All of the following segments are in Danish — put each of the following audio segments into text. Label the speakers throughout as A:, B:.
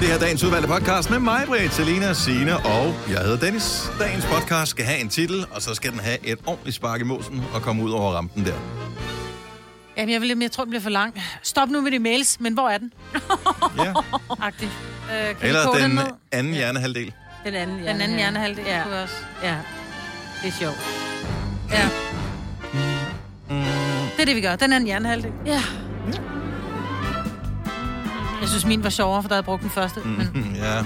A: Det her er dagens udvalgte podcast med mig, Britt, Selina, Sine og jeg hedder Dennis. Dagens podcast skal have en titel, og så skal den have et ordentligt spark i mosen og komme ud over rampen der.
B: Jamen, jeg, vil, jeg tror, den bliver for lang. Stop nu med de mails, men hvor er den?
A: Ja.
B: Agtig. Øh, kan Eller
A: Eller
B: vi den,
A: den
B: den ned?
A: anden hjernehalvdel.
C: Den anden hjerne.
B: Den anden hjernehalvdel
C: Ja.
B: ja. kunne også.
C: Ja. Det er sjovt.
B: Ja. Det er det, vi gør. Den anden hjernehalvdel. Mm.
C: Ja.
B: Jeg synes, min var sjovere, for der havde jeg brugt den første, mm. men det
A: Mm, ja.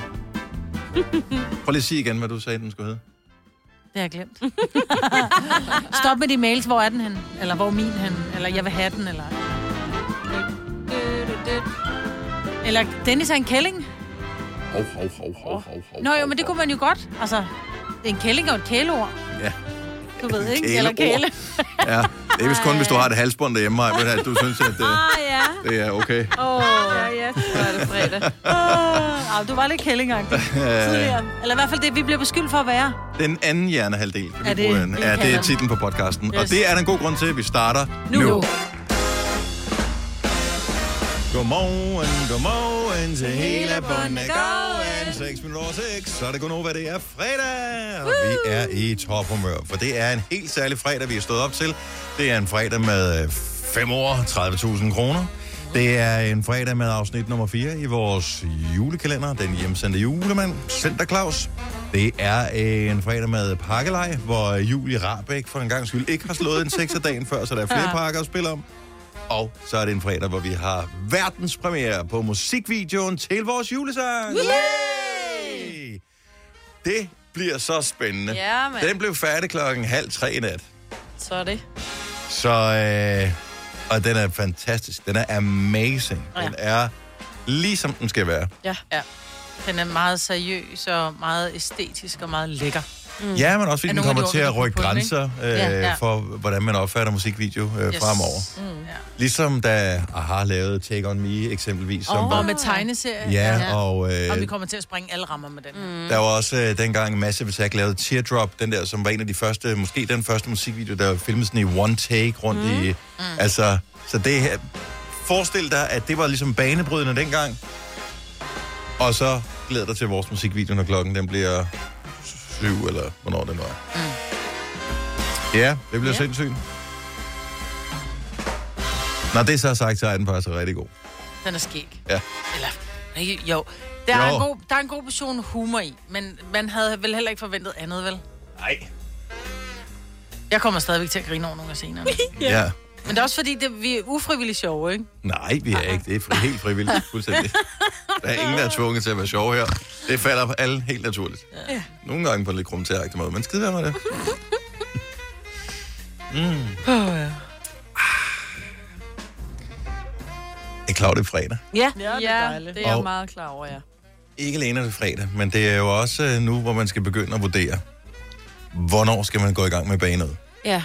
A: Prøv lige at sige igen, hvad du sagde, den skulle hedde.
B: har jeg glemt. Stop med de mails. Hvor er den henne? Eller hvor er min henne? Eller jeg vil have den, eller... Eller Dennis er en kælling.
A: Hov, hov, hov, hov, hov, hov.
B: Nå jo, men det kunne man jo godt. Altså, en kælling er jo et kæleord.
A: Ja.
B: Du ved ikke?
A: Kæleord.
B: Eller kæle.
A: ja. Det er vist kun, hvis du har et halsbånd derhjemme, Maja, men at du synes, at det,
C: Ah, ja.
A: det er okay.
C: Åh, oh, ja, ja. Så er det fredag.
B: Åh, au, Ah, du var lidt kællingagtig tidligere. Eller i hvert fald det, vi bliver beskyldt for at være.
A: Den anden hjernehalvdel, kan
B: Er
A: vi
B: det-
A: bruge den.
B: det
A: Ja, det er
B: kalder-
A: titlen på podcasten. Og
B: Yes.
A: det er der en god grund til, at vi starter nu.
B: Nu.
A: nu. Godmorgen, godmorgen til hele Bondegården. 6 minutter over 6, så er det kun over, hvad det er fredag. Og vi er i tophumør, for det er en helt særlig fredag, vi er stået op til. Det er en fredag med øh, 5 år, 30.000 kroner. Det er en fredag med afsnit nummer 4 i vores julekalender, den hjemsendte julemand, Center Claus. Det er øh, en fredag med pakkelej, hvor Julie Rabeck for en gang skyld ikke har slået en 6 dagen før, så der er flere
B: Ja.
A: pakker at spille om. Og så er det en fredag, hvor vi har verdenspremiere på musikvideoen til vores julesang. Yay! Det bliver så spændende.
C: Ja, mand.
A: Den blev færdig klokken halv tre i nat.
C: Så er det.
A: Så, øh, og den er fantastisk. Den er amazing.
B: Ja.
A: Den er ligesom den skal være.
C: Ja.
B: Ja. Den er meget seriøs og meget æstetisk og meget lækker.
A: Mm. Ja, men også
B: Er
A: fordi den
B: nogle af
A: kommer
B: de
A: til at
B: ord, vi
A: rykke
B: kan få på den,
A: grænser øh,
B: Ja, ja.
A: for, hvordan man opfatter musikvideo øh, yes. fremover.
B: Mm. Ja.
A: Ligesom da Aha lavede Take On Me eksempelvis, som
B: Og
A: var...
B: med tegneserie.
A: Ja, og... Øh,
B: Og vi kommer til at springe alle rammer med den. Mm.
A: Der var også øh, dengang Massive Attack lavede Teardrop, den der, som var en af de første, måske den første musikvideo, der filmede sådan i one take rundt mm. i... Mm. Altså, så det her... Forestil dig, at det var ligesom banebrydende dengang. Og så glæder dig til vores musikvideo, når klokken den bliver syv, eller hvornår den var. Mm. Ja, det bliver ja. sindssygt. Når det så er sagt, så er den faktisk rigtig god.
B: Den er skæg.
A: Ja.
B: Eller, ikke- jo. Der er,
A: Jo.
B: En god, der er en god portion humor i, men man havde vel heller ikke forventet andet, vel?
A: Nej.
B: Jeg kommer stadigvæk til at grine over nogle af scenerne.
A: Ja. ja.
B: Men det er også fordi, det, vi er ufrivilligt sjove, ikke?
A: Nej, vi er ikke. Det er fri, helt frivilligt. Fuldstændig. Der er ingen, der er tvunget til at være sjov her. Det falder på alle helt naturligt. Ja. Nogle gange på en lidt krumtæragtig måde, men skide være med det.
B: Oh, ja.
A: Ah. Det er klart, det er fredag.
C: Ja,
B: Ja, det er dejligt.
C: det er jeg
A: Og-
C: meget klar over, ja.
A: Ikke alene er det fredag, men det er jo også øh, nu, hvor man skal begynde at vurdere, hvornår skal man gå i gang med banet.
C: Ja.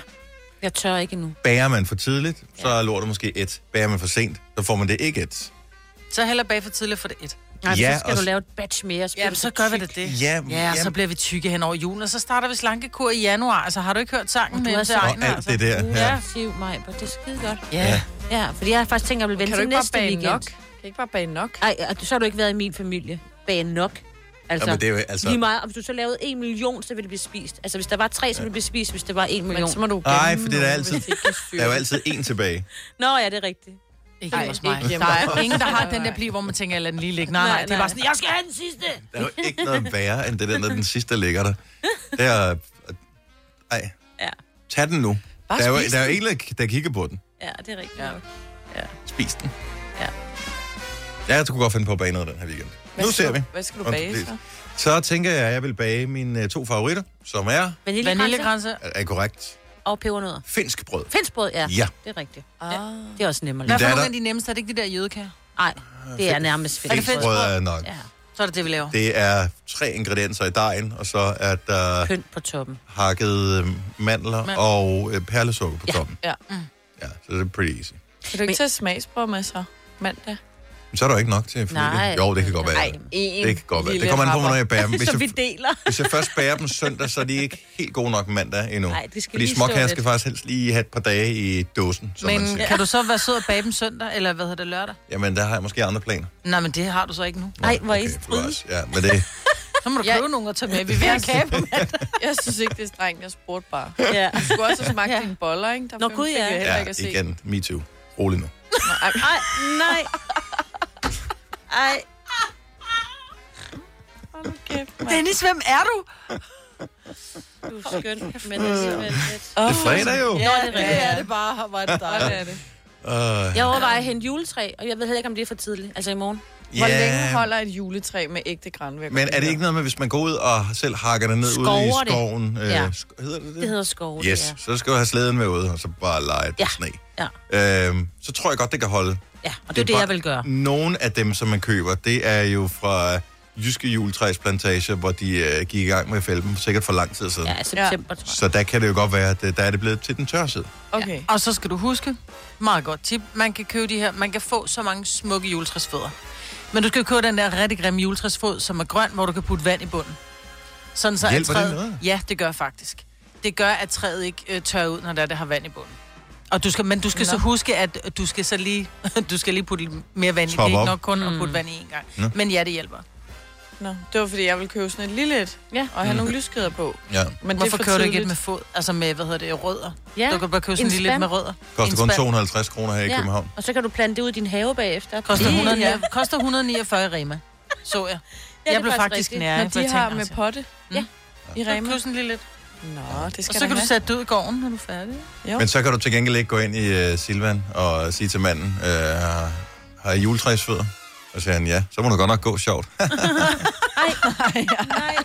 C: Jeg tør ikke endnu.
A: Bærer man for tidligt, så er lortet måske et. Bærer man for sent, så får man det ikke et.
B: Så heller bag for tidligt for det et.
C: Nej,
A: Ja,
C: ja, så skal
A: og
C: du
A: s-
C: lave et batch mere.
B: Ja, så gør vi det det.
A: Ja,
B: ja
A: ja.
B: så bliver vi tykke hen over julen, og så starter vi slankekur i januar. Altså, har du ikke hørt sangen med
C: har
B: MC
C: sagt-
A: Og
B: Ejner? Altså,
A: alt det der. altså, Ja.
C: Ja. Siv mig, det er skide godt.
B: Ja.
C: Ja, fordi jeg har faktisk tænkt, at jeg vil vente
D: Kan du
C: til
D: ikke bare
C: næste
D: bage
C: weekend.
D: nok? Kan I ikke bare bage nok?
C: Ej, og så har du ikke været i min familie. Bage nok. Altså,
A: Jamen, det er jo altså-
C: lige meget. Og hvis du så lavede en million, så ville det blive spist. Altså, hvis der var tre, så ville det blive spist, hvis der var en million.
D: Men så må du
A: Nej,
D: gemme
A: for det er der
D: nogen,
A: altid,
D: hvis ikke det styrer.
A: der er jo altid en tilbage.
C: Nå, ja, det er rigtigt.
B: Ikke
D: Ej,
B: hos mig.
D: ikke hjemme
B: der
D: hos
B: er
D: os.
B: ingen, der har den der pli, hvor man tænker, eller den lige ligge. Nej, nej,
C: Nej,
B: nej, det er bare
C: nej.
B: sådan, jeg skal have den sidste.
A: Der er jo ikke noget værre, end det der, når den sidste ligger der. Det er... Ej.
C: Ja.
A: Tag den nu.
B: Bare
A: der, er jo,
B: spis
A: der er jo en, der- der kigger på den.
C: Ja, det er rigtigt ja. nok.
A: Spis den.
C: Ja.
A: Ja, jeg kunne godt finde på at bage noget den her weekend.
D: Hvad
A: nu
D: skal
A: ser
D: du-
A: vi.
D: Hvad skal du
A: Og
D: bage
A: det-
D: så?
A: Så tænker jeg, at jeg vil bage mine øh, to favoritter, som er,
C: Vaniljekranse
B: Vaniljekranse.
A: er korrekt,
C: og pebernødder.
A: finsk brød.
C: Finskbrød, ja.
A: Ja.
C: Det er rigtigt.
D: Ah.
C: Det er også nemmere.
B: Hvad for
A: Der er
B: nogle
A: der-
B: af de nemmeste? Er det ikke de der jødekager?
C: Nej, det er nærmest
B: Er det
C: finskbrød.
A: Finsk
B: finsk
A: brød
B: brød?
A: er nok.
C: Ja.
B: Så er det det, vi laver.
A: Det er tre ingredienser i dejen, og så er der
C: Pynt på toppen.
A: hakket øh, mandler
B: Mandler.
A: og øh,
C: Mm.
A: perlesukker på toppen.
D: Ja.
A: Ja, så det er pretty easy.
D: Kan du ikke tage smagsprøver med så mandag?
A: Men så er der jo ikke nok til familien.
B: Nej.
A: jo, det kan godt være.
C: Nej, en
A: det kan godt være. Det
C: lille
A: kommer an på,
C: hammer.
A: hvornår jeg bærer dem. Hvis
C: Som vi
A: jeg,
C: deler.
A: hvis jeg først bærer dem søndag, så er de ikke helt gode nok mandag endnu.
C: Nej, de skal
A: Fordi
C: lige
A: småkager
C: stå
A: skal
C: lidt.
A: faktisk helst lige have et par dage i dåsen, som man
B: Men
A: siger.
B: kan du så være sød og bage dem søndag, eller hvad hedder det, lørdag?
A: Jamen, der har jeg måske andre planer.
B: Nej, men det har du så ikke nu.
C: Nej, hvor er I
A: Okay,
C: stride.
A: bevares. Ja, men det,
B: Så må du
D: Jeg-
B: købe nogen og tage med. Vi vil have kage på
D: Jeg synes ikke, det er strengt. Jeg spurgte bare.
C: Ja.
D: Du skulle også have smagt ja. dine boller, ikke? Der
C: Nå, gud,
D: fik
C: ja.
D: Jeg heller
A: ja,
D: ikke at se.
A: igen, me too. Rolig nu.
D: Nej, ej,
C: Ej, nej. Ej.
D: hold nu kæft, mand.
B: Dennis, hvem er du?
C: Du er skøn, men det er simpelthen lidt.
A: Det er fredag jo.
C: Mm. Ja, det
B: Ja, det
C: er
B: er
C: rigtigt.
B: det bare. Hvor er det
D: Sådan
B: dejligt.
D: er det.
A: Uh,
C: Jeg overvejer at hente juletræ, og jeg ved heller ikke, om det er for tidligt. Altså i morgen.
D: Hvor længe holder et juletræ med ægte granvæk?
A: Men er det ikke noget med, hvis man går ud og selv hakker det ned ude i
C: Skover det.
A: skoven? Øh,
C: Ja.
A: sk- hedder det det?
C: Det hedder skov.
A: yes, så skal du have slæden med ud, og så bare lege på
C: Ja.
A: sne.
C: Ja.
A: Øhm, så tror jeg godt, det kan holde.
C: Ja, og det er det,
A: bare-
C: jeg vil gøre.
A: Nogle af dem, som man køber, det er jo fra Jyske Juletræsplantager, hvor de øh, gik i gang med at fælde dem, sikkert for lang tid siden.
C: Ja, september, tror jeg.
A: Så der kan det jo godt være, at øh, der er det blevet til den tørre side.
D: Okay.
B: Og så skal du huske, meget godt tip, man kan købe de her, man kan få så mange smukke juletræsfødder. Men du skal købe den der rigtig grimme juletræsfod, som er grøn, hvor du kan putte vand i bunden. Sådan så at
A: Hjælper det
B: træet,
A: noget?
B: Ja, det gør faktisk. Det gør, at træet ikke øh, tørrer ud, når der, det har vand i bunden. Og du skal, men du skal Nå. så huske, at øh, du skal så lige, du skal lige putte lidt mere vand i. Det er
A: Top
B: ikke
A: op.
B: nok kun at putte vand i en gang.
A: Nå.
B: Men ja, det hjælper.
D: Nå, det var, fordi jeg ville købe sådan et lille et,
C: Ja.
D: og have
A: Mm.
D: nogle lyskæder på.
A: Ja.
D: Men
B: Hvorfor
D: det er
B: kører
D: for
B: du ikke et
D: tidligt.
B: med fod? Altså med, hvad hedder det, rødder?
C: Ja,
B: Du kan bare købe sådan
C: en
B: lige lidt
C: spand.
B: med rødder.
A: Koster
B: En
A: kun
B: spand.
A: 250 kroner her i København.
C: Og så kan du plante det ud i din have bagefter.
B: Koster,
C: Ja,
B: 100,
D: ja.
B: ja. koster 149 i Rema, så jeg.
C: det
B: Ja,
C: er
B: jeg altså. blev
C: faktisk
B: faktisk
C: rigtigt.
B: nær.
D: Når de har med potte
C: Ja.
D: i Rema.
B: Rema. lige lidt.
D: Nå, det
B: Og
D: skal
B: så kan
D: da
B: du sætte det ud i gården, når du er færdig.
D: Jo.
A: Men så kan du til gengæld ikke gå ind i uh, Silvan og sige til manden, uh, har I juletræsfødder? Og så siger han, ja, så må du godt nok gå sjovt.
C: Nej.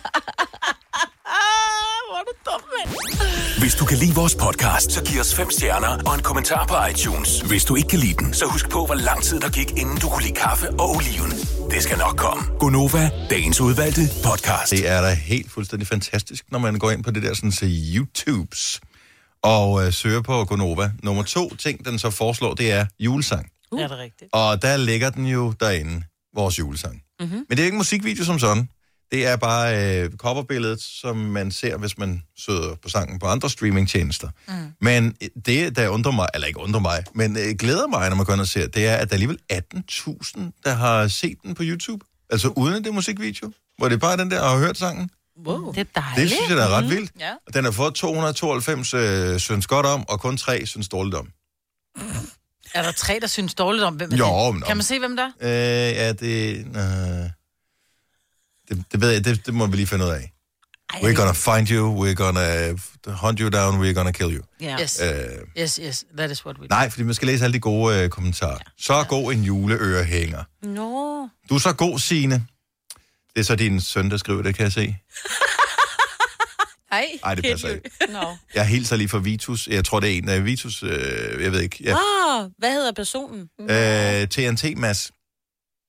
D: Ah, hvor er du dum, mand.
E: Hvis du kan lide vores podcast, så giv os fem stjerner og en kommentar på iTunes. Hvis du ikke kan lide den, så husk på, hvor lang tid der gik, inden du kunne lide kaffe og oliven. Det skal nok komme. Gonova, dagens udvalgte podcast.
A: Det er da helt fuldstændig fantastisk, når man går ind på det der sådan så YouTubes og øh, søger på Gonova. Nummer to ting, den så foreslår, det er julesang.
B: Uh. Er det rigtigt?
A: Og der ligger den jo derinde, vores julesang. Mm-hmm. Men det er ikke en musikvideo som sådan. Det er bare øh, coverbilledet, som man ser, hvis man søger på sangen på andre streamingtjenester. Mm. Men det, der undrer mig, eller ikke undrer mig, men øh, glæder mig, når man går ind og ser, det er, at der er alligevel 18.000, der har set den på YouTube. Altså uden at det er musikvideo. Hvor det bare er den der, og har hørt sangen.
B: Wow. Det er
A: Det
B: dejligt.
A: synes jeg, der er ret vildt.
D: Ja.
A: Og Den har fået 292 øh, synes godt om, og kun 3 synes dårligt om.
B: Er der tre, der synes dårligt om, hvem er
A: Jo,
B: det?
A: men om-
B: Kan man se, hvem der er?
A: Øh, ja, det... Øh, det, det ved jeg, det, det må vi lige finde ud af. We're gonna find you, we're gonna hunt you down, we're gonna kill you.
C: Ja.
B: Yes.
A: Øh,
B: Yes, yes. That is what we do.
A: nej, fordi man skal læse alle de gode øh, kommentarer. Så god en juleørehænger.
C: Nå.
A: Du er så god, Signe. Det er så din søn, der skriver det, kan jeg se.
D: Ej,
A: Nej, det passer ikke.
D: Nå.
A: Jeg hilser lige fra Vitus. Jeg tror, det er en af Vitus. Øh, jeg ved ikke. Ja.
C: Ah, hvad hedder personen?
A: Øh, TNT, Mads.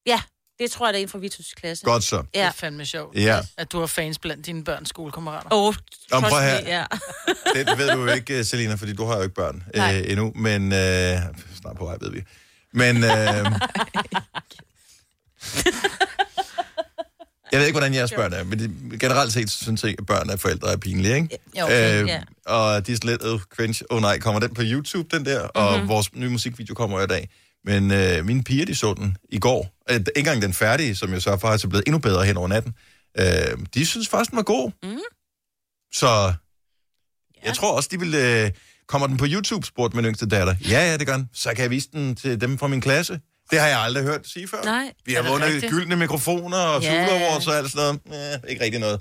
C: Ja, det tror jeg, det er en fra Vitus' klasse.
A: Godt så.
B: Det
C: Ja.
B: er fandme sjovt,
A: Ja.
B: at du har fans blandt dine børns skolekammerater.
C: Åh, oh,
A: Jamen, prøv her.
C: ja.
A: Det ved du jo ikke, øh, Selina, fordi du har jo ikke børn øh, endnu, men øh, snart på vej, ved vi. Men øh, jeg ved ikke, hvordan jeres børn er, men de, generelt set synes jeg, at børn af forældre er pinlige, ikke?
C: Jo, okay,
A: øh,
C: ja.
A: Og de er sådan lidt, øh, cringe, åh oh, nej, kommer den på YouTube, den der? Og
C: Mhm.
A: mm-hmm. vores nye musikvideo kommer jo i dag. Men øh, mine piger, de så den i går. Øh, ikke engang den færdige, som jeg så faktisk er blevet endnu bedre hen over natten. Øh, de synes faktisk, den var god. Mm. Så jeg tror også, de vil... Øh, kommer den på YouTube, spurgte min yngste datter. Ja, ja, det gør den. Så kan jeg vise den til dem fra min klasse. Det har jeg aldrig hørt sige før.
C: Nej,
A: Vi har
B: er det
A: vundet
B: rigtigt?
A: gyldne mikrofoner og
C: Ja.
A: yeah. awards og alt sådan noget. Eh, ikke rigtig noget.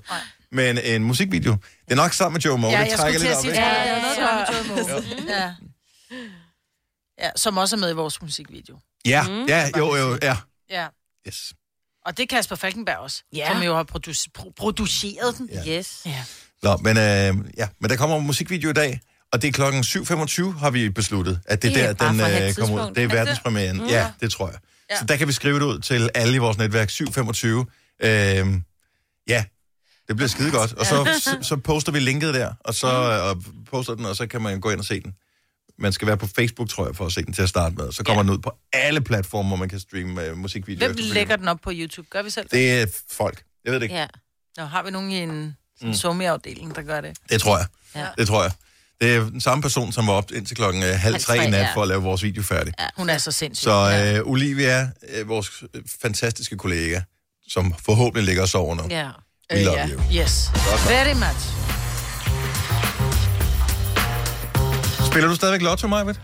A: Men en musikvideo. Det er nok sammen med Joe Moe.
B: Ja,
A: det
B: jeg skulle
A: trækker
B: til
A: lidt
B: at
A: op,
B: sige,
A: ikke?
B: at
C: ikke?
D: Ja, ja,
B: der er noget der er noget med Joe Moe. Ja. ja, som også er med i vores musikvideo.
A: Ja,
B: Mm.
A: ja, jo, jo, ja.
B: Ja.
A: Yes.
B: Og det er Kasper Falkenberg også,
C: Ja.
B: som jo har produce- pro- produceret den.
A: Ja.
C: Yes.
B: Ja.
A: Nå, men, øh, ja, men der kommer en musikvideo i dag, og det er klokken 7.25, har vi besluttet, at det,
C: Det er
A: er der,
C: bare
A: den
C: for at have
A: øh,
C: et
A: kommer ud.
C: tidspunkt.
A: Det
C: Er
A: er
C: det?
A: verdenspremieren. Mm. Ja, det tror jeg. Ja.
B: Ja.
A: Så der kan vi skrive det ud til alle i vores netværk, 7.25. Øh, ja, det bliver skide godt. Og så, så, så poster vi linket der, og så øh, og poster den, og så kan man gå ind og se den. Man skal være på Facebook, tror jeg, for at se den til at starte med. Så kommer ja. den ud på alle platformer, hvor man kan streame øh, musikvideoer.
B: Hvem lægger den op på YouTube? Gør vi selv?
A: Det er folk. Jeg ved det ikke. Ja.
C: Ja.
B: Nå, har vi nogen i en mm. sommerafdeling, der gør det?
A: Det tror jeg. Ja.
C: Ja.
A: Det tror jeg. Det er den samme person, som var op indtil klokken øh, halv
C: Halv
A: tre i
C: tre,
A: nat
C: ja.
A: for at lave vores video færdig.
C: Ja.
B: Hun er så sindssyg.
A: Så øh, Olivia, øh, vores øh, fantastiske kollega, som forhåbentlig ligger og sover nu.
C: Ja.
A: We love
D: ja.
A: you.
B: Yes. Very much.
A: Spiller du stadigvæk lotto, Majbet?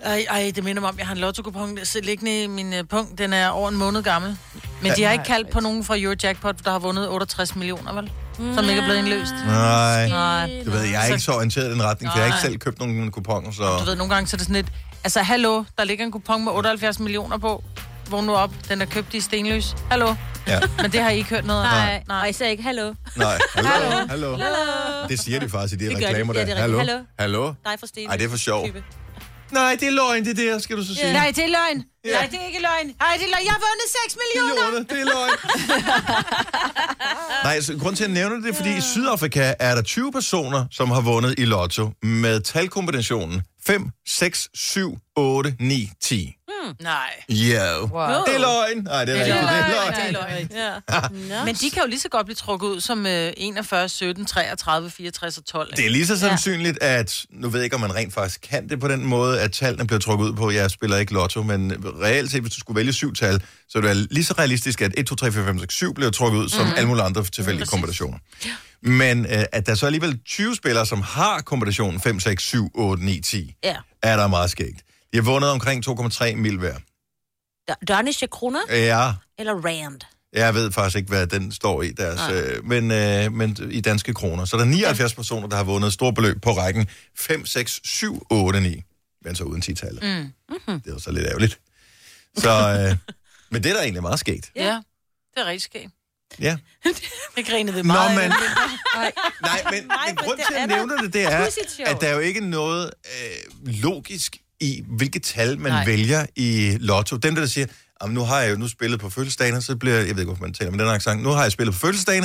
B: Ej, ej, det minder mig om, jeg har en lotto-kupon der sidder liggende i min øh, punkt. Den er over en måned gammel. Men de har ikke kaldt på nogen fra Eurojackpot, der har vundet 68 millioner, vel? Som ikke er blevet indløst.
A: Nej.
B: Nej.
A: Du ved, jeg er ikke så orienteret i den retning, for jeg har ikke
B: Nej.
A: selv købt nogen kuponer, så...
B: Du ved, nogle gange så er det sådan lidt... Altså, hallo, der ligger en kupon med 78 millioner på. Vågn nu op, den er købt i Stenløs. Hallo.
A: Ja,
B: Men det har I ikke hørt noget om.
C: Nej. Nej. Og især ikke, hallo.
A: nej. Hallo, hallo. Det siger de faktisk i de
C: Det gør de.
A: reklamer
C: Ja,
A: der.
C: det er
A: Hallo,
C: rigtigt.
A: hallo.
C: Dig fra Stine.
A: Ej, det er for sjov. Nej, det er løgn, det der, skal du så sige.
B: Nej, det er løgn.
A: Ja.
B: Nej, det er ikke løgn. Nej, det er løgn. Jeg har vundet 6 millioner.
A: millioner. Det er løgn. Nej, altså, grunden til, at jeg nævner det, er, fordi i Sydafrika er der 20 personer, som har vundet i lotto med talkombinationen 5, 6, 7, 8, 9, 10.
B: Nej.
A: Yeah. Wow. Det er løgn. Nej, det er rigtigt. Det er løgn.
B: Det er løgn. Ja. Men de kan jo lige så godt blive trukket ud som øh, 41, 17, 33, 64 og 12.
A: Det er lige så sandsynligt, at, nu ved jeg ikke, om man rent faktisk kan det på den måde, at tallene bliver trukket ud på, jeg spiller ikke lotto, men reelt set, hvis du skulle vælge syv tal, så er det lige så realistisk, at 1, 2, 3, 4, 5, 6, 7 bliver trukket ud, som mm. alle mulige andre tilfældige mm, kombinationer. Men øh, at der så alligevel 20 spillere, som har kombinationen 5, 6, 7, 8, 9, 10,
C: Ja.
A: er der meget skægt. De har vundet omkring 2,3 mil hver.
C: D- Danish kroner
A: Ja,
C: eller rand?
A: jeg ved faktisk ikke, hvad den står i deres, øh, men, øh, men i danske kroner. Så er der 79 ja. personer, der har vundet et stort beløb på rækken 5, 6, 7, 8, 9. Men så uden 10 tallet mm. mm-hmm. Det er jo så lidt ærgerligt. Så, øh, men det er da egentlig meget skægt.
B: Ja, det er rigtig skægt.
A: Ja.
B: Det grinede vi
A: Nå,
B: meget. af.
A: men... Nej, men, men grund til, at jeg nævner det, det er,
C: pudsigt sjovt.
A: at der er jo ikke noget øh, logisk i, hvilket tal man Nej.
B: Nej.
A: vælger i lotto. Den der, der siger, "Jamen, nu har jeg jo nu spillet på fødselsdagen, og så bliver jeg, jeg ved ikke, hvorfor man taler med den accent, nu har jeg spillet på fødselsdagen,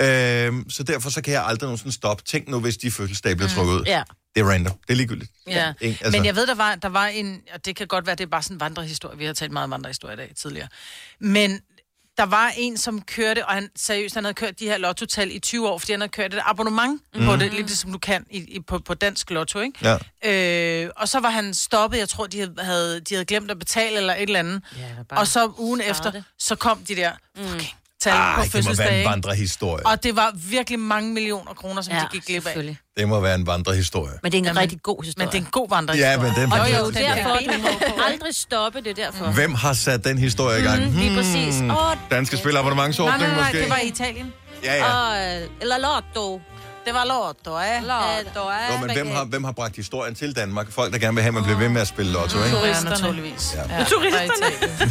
A: øh, så derfor så kan jeg aldrig nogensinde stoppe. Tænk nu, hvis de fødselsdage bliver trukket ud.
C: ja.
A: Det er random. Det er ligegyldigt.
B: Ja.
A: Ikke?
B: Altså. Men jeg ved, der var, der var en, og det kan godt være, det er bare sådan en vandrehistorie, vi har talt meget om vandrehistorie i dag tidligere, men der var en, som kørte, og han seriøst, han havde kørt de her lottotal i 20 år, fordi han havde kørt et abonnement mm. på det, lidt ligesom du kan i, i, på, på dansk lotto, ikke?
A: Mhm. Ja.
B: Øh, og så var han stoppet, jeg tror, de havde- havde, de havde glemt at betale eller et eller andet.
C: der
B: Ja,
C: bare
B: og så ugen
C: starte. Mm.
B: efter, så kom de der fucking tal
A: Ej,
B: på
A: Ah, det må være
B: fødselsdag.
A: en
B: ikke?
A: vandrehistorie.
B: Og det var virkelig mange millioner kroner, som ja, de gik glip af.
C: selvfølgelig.
A: Det må være en vandrehistorie.
C: Men det er en
B: Jamen,
C: rigtig god historie.
B: Men det er en god vandrehistorie.
A: Ja, men den
B: Og
A: vandrehistorie.
B: jo, det er
C: derfor,
B: derfor,
C: du må aldrig stoppe det er derfor.
A: Hvem har sat den historie i gang?
C: Mm, lige
A: Hmm,
C: præcis. Åh,
A: Danske spilabonnementsordning
B: Nej,
A: måske?
B: nej, nej, det var i Italien.
A: Ja, ja.
C: øh, eller lotto.
B: Det var lotto, ja.
C: Lotto,
A: Jo, men hvem har, hvem har bragt historien til Danmark? Folk, der gerne vil have, at man bliver ved med at spille lotto, ikke?
B: Turisterne. Ja, naturligvis. Ja. Ja. Turisterne.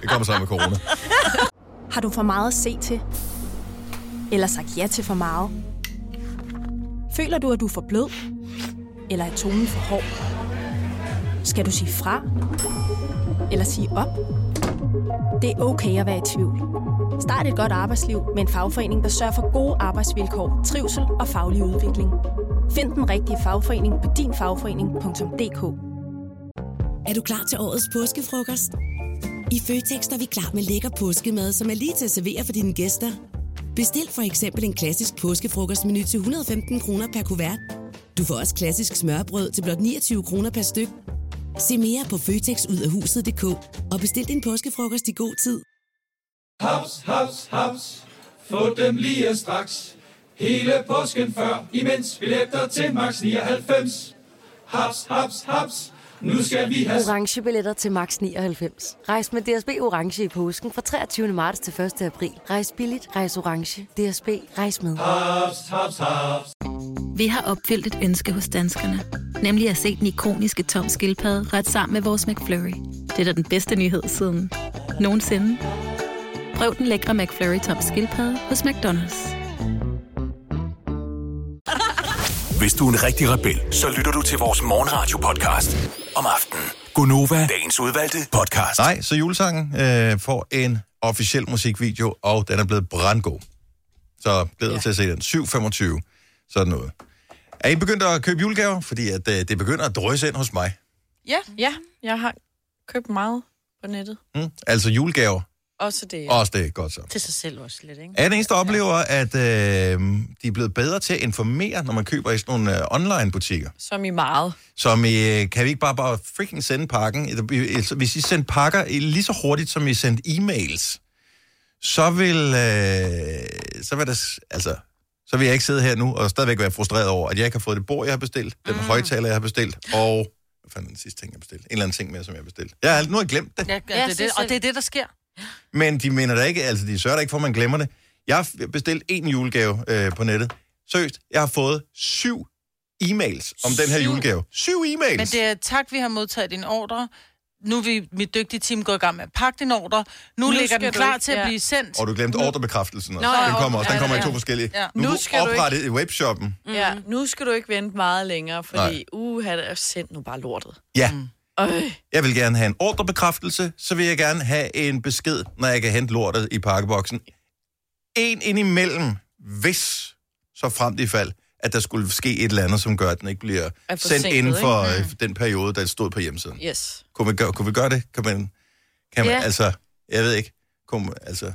A: Det kommer sammen med corona.
F: Har du for meget at se til? Eller sagt ja til for meget? Føler du, at du er for blød? Eller er tonen for hård? Skal du sige fra? Eller sige op? Det er okay at være i tvivl. Start et godt arbejdsliv med en fagforening, der sørger for gode arbejdsvilkår, trivsel og faglig udvikling. Find den rigtige fagforening på dinfagforening.dk
G: Er du klar til årets påskefrokost? I Føtex er vi klar med lækker påskemad, som er lige til at servere for dine gæster. Bestil for eksempel en klassisk påskefrokostmenu til 115 kroner per kuvert. Du får også klassisk smørbrød til blot 29 kroner per styk. Se mere på føtexudafhuset.dk og bestil din påskefrokost i god tid.
H: Haps, haps, haps. Få dem lige straks. Hele påsken før, imens billetter til max 99. Haps, haps, haps. Nu skal vi have
I: Orange billetter til max 99. Rejs med DSB Orange i påsken fra 23. marts til 1. april. Rejs billigt, rejs orange. DSB, rejs med.
H: haps, haps, haps.
J: Vi har opfyldt et ønske hos danskerne. Nemlig at se den ikoniske tom skildpadde ret sammen med vores McFlurry. Det er da den bedste nyhed siden nogensinde. Prøv den lækre McFlurry tom skildpadde hos McDonald's.
E: Hvis du er en rigtig rebel, så lytter du til vores morgenradio-podcast om aftenen. Gunova, dagens udvalgte podcast.
A: Nej, så julesangen øh, får en officiel musikvideo, og den er blevet brandgod. Så glæder ja. til at se den. 7.25, sådan noget. Er I begyndt at købe julegaver? Fordi at, øh, det begynder at drøse ind hos mig.
D: Ja, ja. Jeg har købt meget på nettet.
A: Mm? Altså julegaver.
D: Også det.
A: Også det er godt så.
C: Til sig selv også lidt, ikke?
A: Er jeg den eneste, der oplever, at øh, de er blevet bedre til at informere, når man køber i sådan nogle øh, online-butikker?
D: Som i meget.
A: Som I, øh, kan vi ikke bare, bare freaking sende pakken? Eller, øh, altså, Hvis I sendte pakker øh, lige så hurtigt, som I sendte e-mails, så vil, øh, så vil der, s- altså, så vil jeg ikke sidde her nu og stadigvæk være frustreret over, at jeg ikke har fået det bord, jeg har bestilt, den mm. højtaler, jeg har bestilt, og hvad fanden er den sidste ting, jeg har bestilt? En eller anden ting mere, som jeg har bestilt. Jeg har, nu har jeg glemt det.
B: Ja, ja, det, er det, og det er det, der sker.
A: Men de mener da ikke, altså de sørger da ikke for, at man glemmer det. Jeg har f- bestilt en julegave øh, på nettet. Seriøst, jeg har fået syv e-mails om den her
B: Syv?
A: julegave. Syv e-mails!
B: Men det er tak, vi har modtaget din ordre. Nu er vi, mit dygtige team gået i gang med at pakke din ordre. Nu,
D: Nu
B: nu ligger
D: skal
B: den
D: du
B: klar
D: ikke,
B: til at
D: ja.
B: blive sendt.
A: Og du glemte ordrebekræftelsen også.
D: Nå,
A: Nå,
D: ja,
A: den kommer
D: ordre-
A: også. Den
D: ja,
A: kommer i to
D: ja.
A: forskellige.
D: Ja.
A: Nu,
D: Nu
A: nu
D: skal
A: skal
D: du ikke-
A: oprettet i webshoppen.
D: Mm. Ja, nu skal du ikke vente meget længere, fordi uha, det er sendt nu bare lortet.
A: Ja.
D: Øj.
A: Jeg vil gerne have en ordrebekræftelse, så vil jeg gerne have en besked, når jeg kan hente lortet i pakkeboksen. En indimellem, hvis så frem i fald, at der skulle ske et eller andet, som gør, at den ikke bliver
D: Er
A: sendt
D: forsinket,
A: inden for
D: ikke? Mm.
A: øh, den periode, der stod på hjemmesiden.
D: Yes.
A: Kunne vi gøre, kunne vi gøre det? Kan man, kan man
D: Ja.
A: altså, jeg ved ikke, kunne, altså,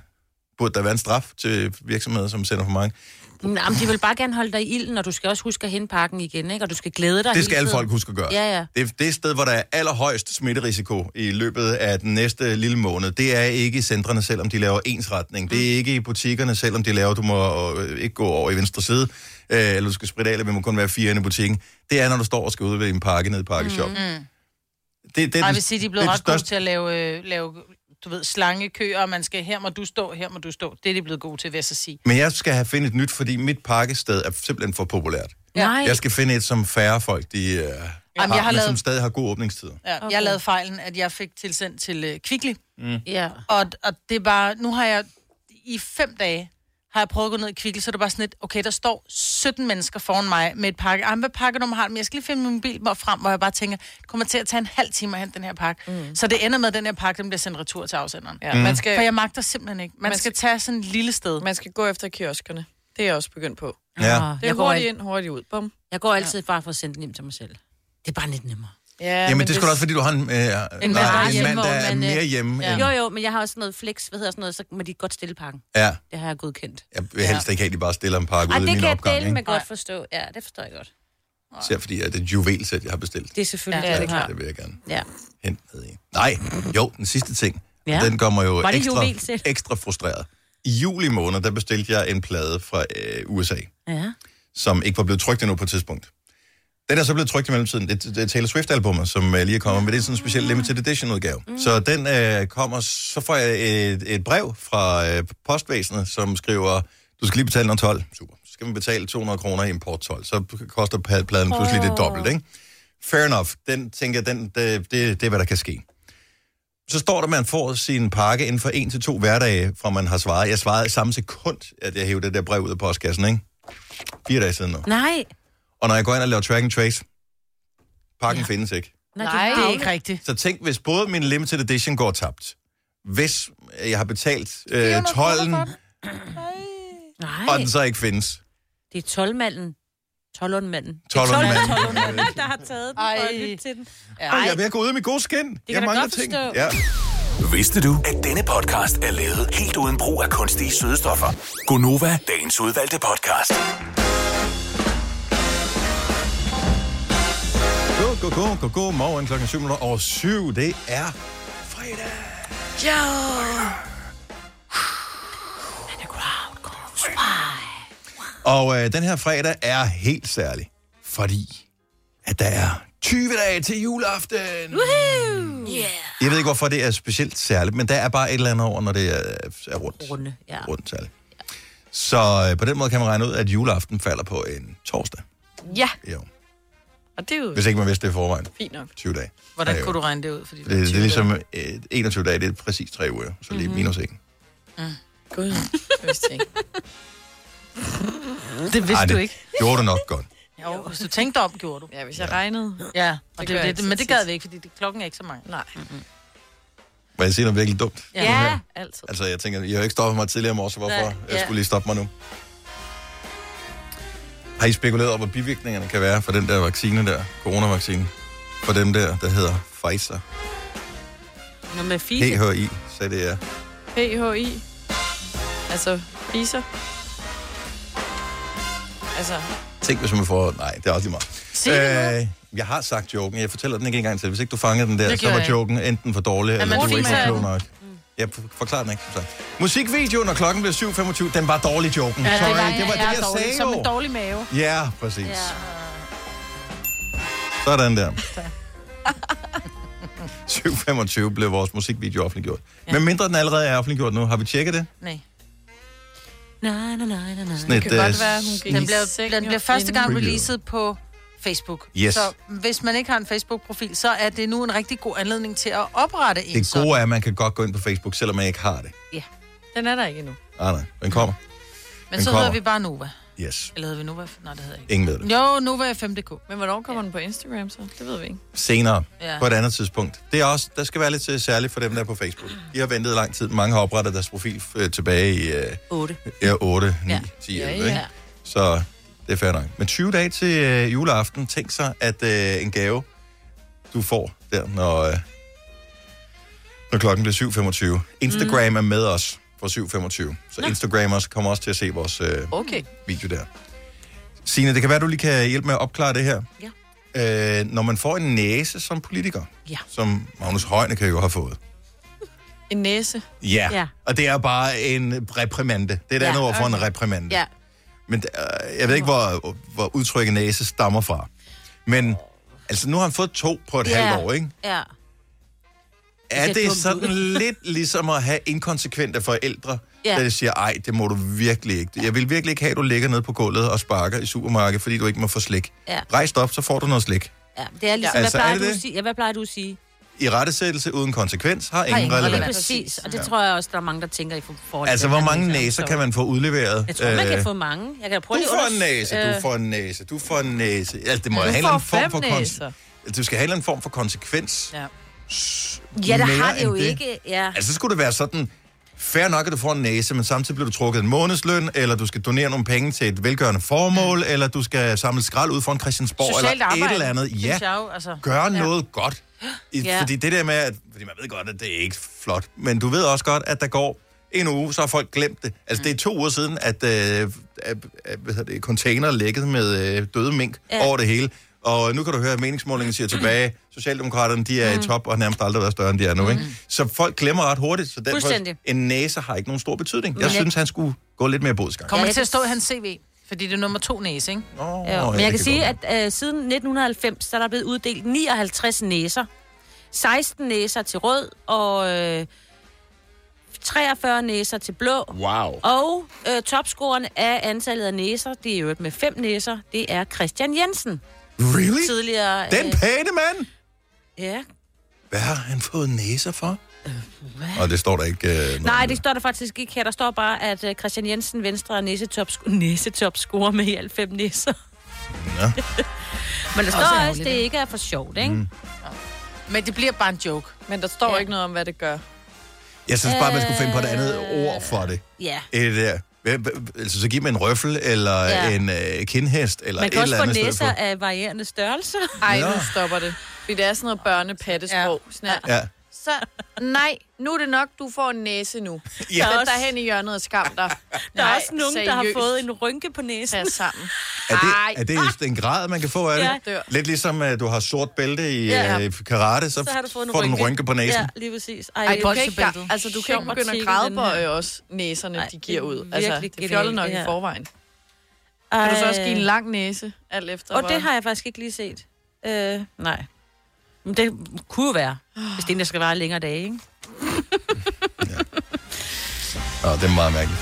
A: burde der være en straf til virksomheder, som sender for mange?
C: Nej, men de vil bare gerne holde dig i ilden, og du skal også huske at hente pakken igen, ikke? Og du skal glæde dig
A: Det skal
C: hele
A: alle
C: tiden.
A: folk huske at gøre.
C: Ja, ja.
A: Det, det sted, hvor der er allerhøjst smitterisiko i løbet af den næste lille måned, det er ikke i centrene, selvom de laver ensretning.
B: Mm.
A: Det er ikke i butikkerne, selvom de laver, du må øh, ikke gå over i venstre side, øh, eller du skal spritte af, eller vi må kun være fire inde i butikken. Det er, når du står og skal udvælge en pakke ned i pakkeshop. Mm.
B: Mm.
A: Det, det
B: Ej,
A: den-
B: jeg vil sige, de er blevet
A: det den
B: ret gode
A: største-
B: til at lave, øh, lave du ved, slangekøer, og man skal, her må du stå, her må du stå. Det er de blevet gode til, vil jeg så sige.
A: Men jeg skal have finde et nyt, fordi mit pakkested er simpelthen for populært.
B: Ja. Nej.
A: Jeg skal finde et, som færre folk de, øh, har,
B: jeg har
A: men som
B: lavet-
A: stadig har gode åbningstider.
B: Ja, okay. Jeg lavede fejlen, at jeg fik tilsendt til øh, Kvickly.
A: Mm.
C: Ja.
B: Og, og det er bare, nu har jeg i fem dage, har jeg prøvet at gå ned i Kvickly, så er det bare sådan lidt, okay, der står 17 mennesker foran mig med et pakke. Ah, hvad pakkenummer har du? Men jeg skal lige finde min mobil hvor- frem, hvor jeg bare tænker, det kommer til at tage en halv time at hente den her pakke. Mm. Så det ender med, at den her pakke den bliver sendt retur til afsenderen.
D: Ja, Mm. man skal-
B: For jeg magter simpelthen ikke. Man, man skal, tage sådan et lille sted.
D: Man skal gå efter kioskerne. Det er jeg også begyndt på.
A: Ja. Jeg
D: Det er
C: går
D: hurtigt
C: al-
D: ind, hurtigt ud. Bum.
C: Jeg går altid bare for at sende den hjem til mig selv. Det er bare lidt nemmere.
D: Ja,
A: Jamen, det er sgu da også, fordi du har en, øh, nej, en mand, der er mere
B: øh,
A: hjemme.
C: Ja.
A: end-
C: Jo, jo, men jeg har også noget flex, hvad hedder sådan noget, så må de godt stille pakken.
A: Ja.
C: Det har jeg godkendt.
A: Jeg vil helst ikke have, at de bare stiller en pakke
C: Ej,
A: ud i
C: det
A: min
C: kan jeg
A: opgang.
C: dele med
A: Ikke?
C: godt forstå. Ja, det forstår jeg godt.
A: Især fordi at det er et juvelsæt, jeg har bestilt.
C: Det er selvfølgelig
A: ja,
C: det, du har.
A: det vil jeg gerne
C: Ja.
A: hente med i. Nej, jo, den sidste ting.
C: Ja.
A: Ja. Den kommer jo
C: Var det
A: ekstra,
C: juvelsæt?
A: ekstra frustreret. I juli måned, der bestilte jeg en plade fra øh, USA,
C: Ja.
A: som ikke var blevet trykt endnu på et tidspunkt. Den er så blevet trykt i mellemtiden. Det, det er Taylor Swift-albummet, som øh, lige er kommet, men det er sådan en speciel limited edition-udgave. Mm. Så den øh, kommer, så får jeg et, et brev fra øh, postvæsenet, som skriver, du skal lige betale noget 12. Super. Så skal man betale 200 kroner i import 12. Så koster pla- pladen pludselig det dobbelt, ikke? Fair enough. Den tænker jeg, den, det, det, det er, hvad der kan ske. Så står der, at man får sin pakke inden for en til to hverdage, fra man har svaret. Jeg svarede i samme sekund, at jeg hævde det der brev ud af postkassen, ikke? Fire dage siden nu.
C: Nej.
A: Og når jeg går ind og laver track and trace, pakken ja. findes ikke.
C: Nej,
B: Nej, det er ikke rigtigt.
A: Så tænk, hvis både min limited edition går tabt, hvis jeg har betalt øh,
C: 400 kroner
A: 12,
C: for den. Nej.
A: og den så ikke findes.
C: Det er 12-manden. 12-manden.
A: 12-ånden-manden.
C: der har taget den for at lytte til den.
A: Ej, jeg er gået ud af mit gode skin. Det
C: kan
A: jeg
C: jeg
A: mangler
C: godt
A: ting.
C: forstå.
A: Ja.
E: Vidste du, at denne podcast er lavet helt uden brug af kunstige sødestoffer? Gonova, dagens udvalgte podcast.
A: Gå, gå, gå, gå, gå. Morgen klokken 7 minutter over 7. Det er...
D: Ja.
A: Og øh, den her fredag er helt særlig, fordi at der er 20 dage til juleaften.
C: Woohoo! Yeah.
A: Jeg ved ikke, hvorfor det er specielt særligt, men der er bare et eller andet over, når det er, er rundt.
C: Runde, ja.
A: Rundt særligt. Så øh, på den måde kan man regne ud, at juleaften falder på en torsdag.
D: Ja.
A: Jo.
D: Og det er jo
A: Hvis ikke man vidste det i forvejen.
D: fint nok.
A: 20 dage.
B: Hvordan
A: Ja, jo.
B: kunne du regne det ud? Fordi
A: Det, det er ligesom øh, 21 dage, det er præcis tre uger, så lige
B: Mhm.
A: minus en.
D: Gud, jeg vidste ikke.
B: Det vidste
A: Ej,
B: du
A: det
B: ikke.
A: Gjorde du nok godt.
B: Jo, hvis du tænkte om, gjorde du.
D: Ja, hvis jeg regnede.
B: Ja, og
D: gør
B: det,
D: jeg
B: det, det, men
D: altid
B: det gad vi ikke, fordi det, klokken er ikke så mange.
D: Nej.
A: Var jeg siger noget virkelig dumt?
B: Ja.
A: nu her?
D: altid.
A: Altså, jeg tænker, I har jo ikke stoppet mig tidligere om året, så hvorfor
B: Nej,
A: jeg
B: ja.
A: skulle lige stoppe mig nu? Har I spekuleret over, hvad bivirkningerne kan være for den der vaccine der, coronavaccine? For dem der, der hedder Pfizer.
D: Noget med fise.
A: PHI, sagde det er.
D: PHI. Altså, fiser. Altså,
A: Tænk, hvis man får... Nej, det er også lige meget.
D: Sig det
A: Øh, jeg har sagt joken. Jeg fortæller den ikke engang til. Hvis ikke du fangede den der,
B: Det
A: så
B: gjorde
A: var
B: jeg.
A: joken enten for dårlig, eller
B: man
A: du var ikke
B: fiser
A: var
B: den.
A: klog nok. Jeg forklarer den ikke, som sagt. Musikvideoen, når klokken blev 7.25, den var dårlig, joken. Sorry, det var det, jeg sagde
B: Som en
A: jo.
B: dårlig mave.
A: Ja, præcis. Sådan der. 7.25 blev vores musikvideo offentliggjort. Men mindre den allerede er offentliggjort nu, har vi tjekket det?
B: Nej.
C: Nej, nej, nej, nej, nej.
A: Sådan et,
D: kan godt
A: øh,
D: være, hun gik
B: Den
D: i
B: bliver,
D: seng
B: den
D: jo
B: bliver første gang
A: inden.
B: releaset på Facebook.
A: Yes.
B: Så hvis man ikke har en Facebook-profil, så er det nu en rigtig god anledning til at oprette en.
A: Det gode er, at man kan godt gå ind på Facebook, selvom man ikke har det.
D: Den er der ikke endnu.
A: Nej, Ah, nej, den kommer.
B: sådan. Men
A: den
B: så hedder
A: kommer.
B: vi bare Nova.
A: Yes,
B: Eller hedder vi Nova? Nej, det hedder ikke.
A: ingen ved det.
B: Jo, Nova er 5.dk.
D: Men hvornår kommer den på Instagram så? Det ved vi ikke.
A: Senere,
B: Ja.
A: på et andet tidspunkt. Det er også, der skal være lidt øh, særligt for dem, der er på Facebook. De har ventet lang tid. Mange har oprettet deres profil øh, tilbage i øh,
C: 8.
A: ja, 8, 9,
C: Ja.
A: 10, 11, ikke? Så det er fair nok. Men 20 dage til øh, juleaften, tænk så, at øh, en gave, du får der, når, øh, når klokken bliver 7.25. Instagram mm. er med os fra 7.25. Så Instagrammers kommer også til at se vores øh,
D: Okay.
C: Mm.
A: video der. Signe, det kan være, du lige kan hjælpe med at opklare det her. Ja. Øh, når man får en næse som politiker,
C: Ja.
A: som Magnus Heunicke jo har fået.
D: En næse.
A: Ja.
C: Ja.
A: Og det er bare en reprimande. Det er et
C: Ja,
A: andet ord for en reprimande.
C: Ja.
A: Men øh, jeg ved ikke, hvor, hvor udtrykket næse stammer fra. Men altså, nu har han fået to på et
C: Ja.
A: halvt år, ikke?
C: Ja.
A: Er
C: ser
A: det
C: dumt
A: sådan lidt ligesom at have inkonsekvente forældre,
C: Ja.
A: ja. der siger, ej, det må du virkelig ikke. Jeg vil virkelig ikke have, at du ligger nede på gulvet og sparker i supermarkedet, fordi du ikke må få slik.
C: Ja.
A: Rejs dig op, så får du noget slik.
C: ja. Det er ligesom, ja.
A: Altså,
C: hvad,
A: er
C: plejer
A: det
C: du
A: det?
C: at sige? Ja, hvad plejer du at sige?
A: I rettesættelse uden konsekvens har ingen,
C: Har ingen relevans.
A: relevans.
C: Præcis, og det tror jeg også, der er mange, der tænker i forhold til.
A: Altså, hvor
C: den her
A: mange
C: næse.
A: næser
C: Så-
A: kan man få udleveret?
C: Jeg tror, man kan
A: Øh,
C: få mange. Jeg kan da prøve
A: Du
C: lige
A: får
C: unders-
A: en næse, du
C: øh,
A: får en næse, du får en næse. Altså, det må have en eller
D: får fem
A: anden form for konsekvens.
D: næser.
A: Du skal have en eller anden form for konsekvens.
B: Ja.
C: Ja, det
A: Mere
C: har det jo
A: end
C: ikke. Ja.
A: Altså, så skulle det være sådan, fair nok, at du får en næse, men samtidig bliver du trukket en månedsløn, eller du skal donere nogle penge til et velgørende formål, mm. eller du skal samle skrald ud foran Christiansborg,
B: Socialt
A: eller
B: arbejde,
A: et eller andet. Ja,
B: synes jeg jo, altså.
A: gør noget godt. I,
C: Ja.
A: Fordi det der med, at, fordi man ved godt, at det er ikke flot, men du ved også godt, at der går en uge, så har folk glemt det. Altså, det er to uger siden, at, øh, at, at hvad hedder det, container lækket med øh, døde mink ja. over det hele. Og nu kan du høre, at meningsmålingen siger tilbage, Socialdemokraterne, de er i top, og har nærmest aldrig været større, end de er nu, ikke? Så folk glemmer ret hurtigt, så derfor,
C: Mm. Fuldstændig.
A: en næse har ikke nogen stor betydning. Jeg synes, han skulle gå lidt mere bodsgang.
B: Kommer
C: Ja,
B: det til
C: jeg
B: at stå
C: kan-
B: i hans CV? Fordi det er nummer to næse, ikke?
A: Oh,
C: Ja, men jeg kan sige, at øh, siden 1990, så er der blevet uddelt 59 næser. 16 næser til rød, og øh, 43 næser til blå.
A: Wow.
C: Og øh, topscoren af antallet af næser, det er jo med fem næser, det er Christian Jensen.
A: Really?
C: Tidligere... øh,
A: Den pæne mand!
C: ja.
A: Hvad har han fået næser for? Og det står der ikke... Øh, noget
C: Øh, Nej,
A: om.
C: det står der faktisk ikke her. Der står bare, at øh, Christian Jensen Venstre er næsetopsco- næsetopscorer med i alt fem næser.
A: Nå.
C: Men der står også, at det ikke er for sjovt, ikke? Mm.
B: Men det bliver bare en joke.
D: Men der står
C: Ja.
D: ja. ikke noget om, hvad det gør.
A: Jeg synes bare, man skulle finde på et andet ord for det.
C: Ja.
A: Et, øh, hvad- hvad- altså, så giv mig en røffel, eller
C: Ja.
A: en øh, kindhest, eller
C: Man
A: et
C: kan
A: eller
C: også få
A: andet sted
C: næser
A: på.
C: af varierende størrelser.
D: Ej,
A: Nå.
D: nu stopper det. Fordi det er sådan noget børnepattesprog. Ja. Ja.
A: Ja.
D: Så, nej, nu er det nok, du får en næse nu.
A: Ja.
D: Ja. Sæt dig hen i hjørnet og skam dig.
C: Der er også nogen, der har fået en rynke på næsen.
D: Pas sammen.
A: Er
D: Ej.
A: det, er det
C: Ah!
A: en grad, man kan få af det?
D: Ja.
A: Lidt ligesom, at du har sort bælte i
C: Ja.
A: øh, karate, så,
C: Så har du fået en
A: får du en
C: rynke.
A: rynke på næsen.
C: Ja, lige præcis. Ej,
D: Ej,
C: det
D: du
C: er
D: kan ikke,
B: bolsjebæltet.
D: altså, du kan
C: Sjov
D: ikke begynde
C: artikel,
D: at
C: den her.
D: grædebøje også næserne,
C: Ej,
D: Ej, de giver
C: det er
D: ud. Altså,
C: virkelig
D: det er fjollet
C: genialt,
D: nok
C: det her.
D: i forvejen.
C: Ej.
D: Kan du så også give en lang næse, alt efter
C: Og
D: hvor-
C: det har jeg faktisk ikke lige set. Øh, nej. Men det kunne jo være, hvis det er en, der skal vare længere dage, ikke?
A: Nå, det er meget mærkeligt.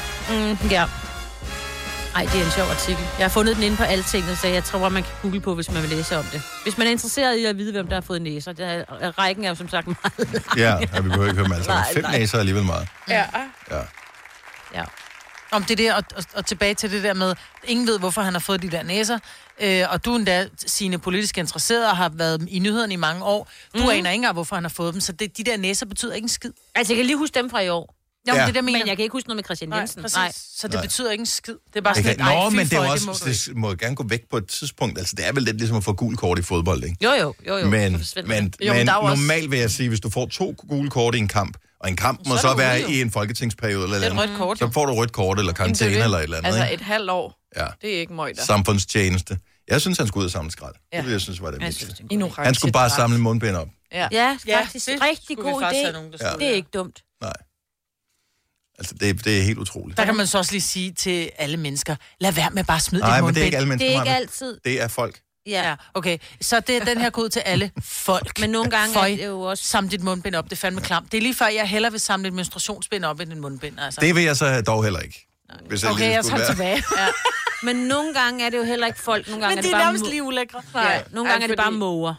C: Ja. Ej, det er en sjov artikel. Jeg har fundet den inde på Altinget, så jeg tror, man kan google på, hvis man vil læse om det. Hvis man er interesseret i at vide, hvem der har fået næser. Det er, rækken er jo som sagt meget lang.
A: Ja, og vi behøver ikke høre dem alle sammen.
C: Nej,
A: Fem
C: nej.
A: næser er alligevel meget.
D: Ja.
A: Ja.
C: Ja.
B: Om det der, og, og, og tilbage til det der med, ingen ved, hvorfor han har fået de der næser, øh, og du endda, sine politisk interesserede, og har været i nyhederne i
C: Mhm.
B: mange år. Du mm. aner ikke engang, hvorfor han har fået dem, så det, de der næser betyder ikke en skid.
C: Altså, jeg kan lige huske dem fra i år. Jo,
A: Ja.
C: ja. det der mener. Men jeg kan ikke huske noget med Christian Jensen.
B: præcis.
C: Nej,
B: Så det
A: Nej.
B: betyder ikke en skid. Det er bare
A: Jeg
B: sådan,
A: kan,
B: et, ej,
A: nå,
B: fy
A: men det, er
B: for,
A: jo
B: må
A: også,
B: du ikke.
A: det må jo gerne gå væk på et tidspunkt. Altså, det er vel lidt ligesom at få gul kort i fodbold, ikke?
C: Jo, jo, jo, jo.
A: men,
C: Så
A: men,
C: forsvinder
A: men
C: det.
B: Jo, men der er jo også-
A: normalt vil jeg sige, hvis du får to gule kort i en kamp, og en kamp må
B: er
A: så,
B: du
A: være
B: ude, jo.
A: i en folketingsperiode eller
B: Det er et
A: noget,
B: rødt kort,
A: så
B: jo.
A: får du rødt kort eller karantæne eller et eller andet,
D: Altså
A: ikke?
D: et halvt år,
A: Ja.
D: det er ikke møjter.
A: Samfundstjeneste. Jeg synes, han skulle ud og samle skrald.
D: Ja.
A: Det ville jeg synes var det
C: Jeg synes,
A: vigtigste.
C: det er en god
D: En
C: idé.
D: orange
A: Han skulle bare
D: dragt.
A: samle mundbind op.
D: Ja.
C: Ja, faktisk.
B: det
C: Rigtig
B: skulle vi
C: god
B: faktisk
C: idé.
B: have nogen, der
A: Ja.
B: skulle
C: Det er ikke dumt.
A: Nej. Altså, det, det er helt utroligt.
B: Der kan man så også lige sige til alle mennesker, lad være med bare at smide
A: Nej,
B: dit
A: men det er
B: mundbind.
A: ikke alle
C: Det
A: mennesker.
C: er ikke
A: Maja.
C: altid.
A: Det er folk.
C: Ja.
B: Ja, okay. Så det er den her kode til alle folk.
C: Men nogle gange
B: Føj,
C: er det jo også-
B: Sam dit mundbind op, det er fandme klamt. Det er lige før, jeg hellere vil samle et menstruationsbind op end en mundbind, altså.
A: Det vil jeg så dog heller ikke. Hvis
B: okay,
A: lige
B: jeg
A: skulle
B: tager
A: være-
B: tilbage.
C: Men nogle gange er det jo heller ikke folk. Nogle gange
B: Men
C: er
B: de
C: det
B: er
C: bare
B: nærmest
C: mo-
B: lige ulækre.
C: Ja, nogle gange
D: Ej,
C: er det bare
D: fordi-
C: måger.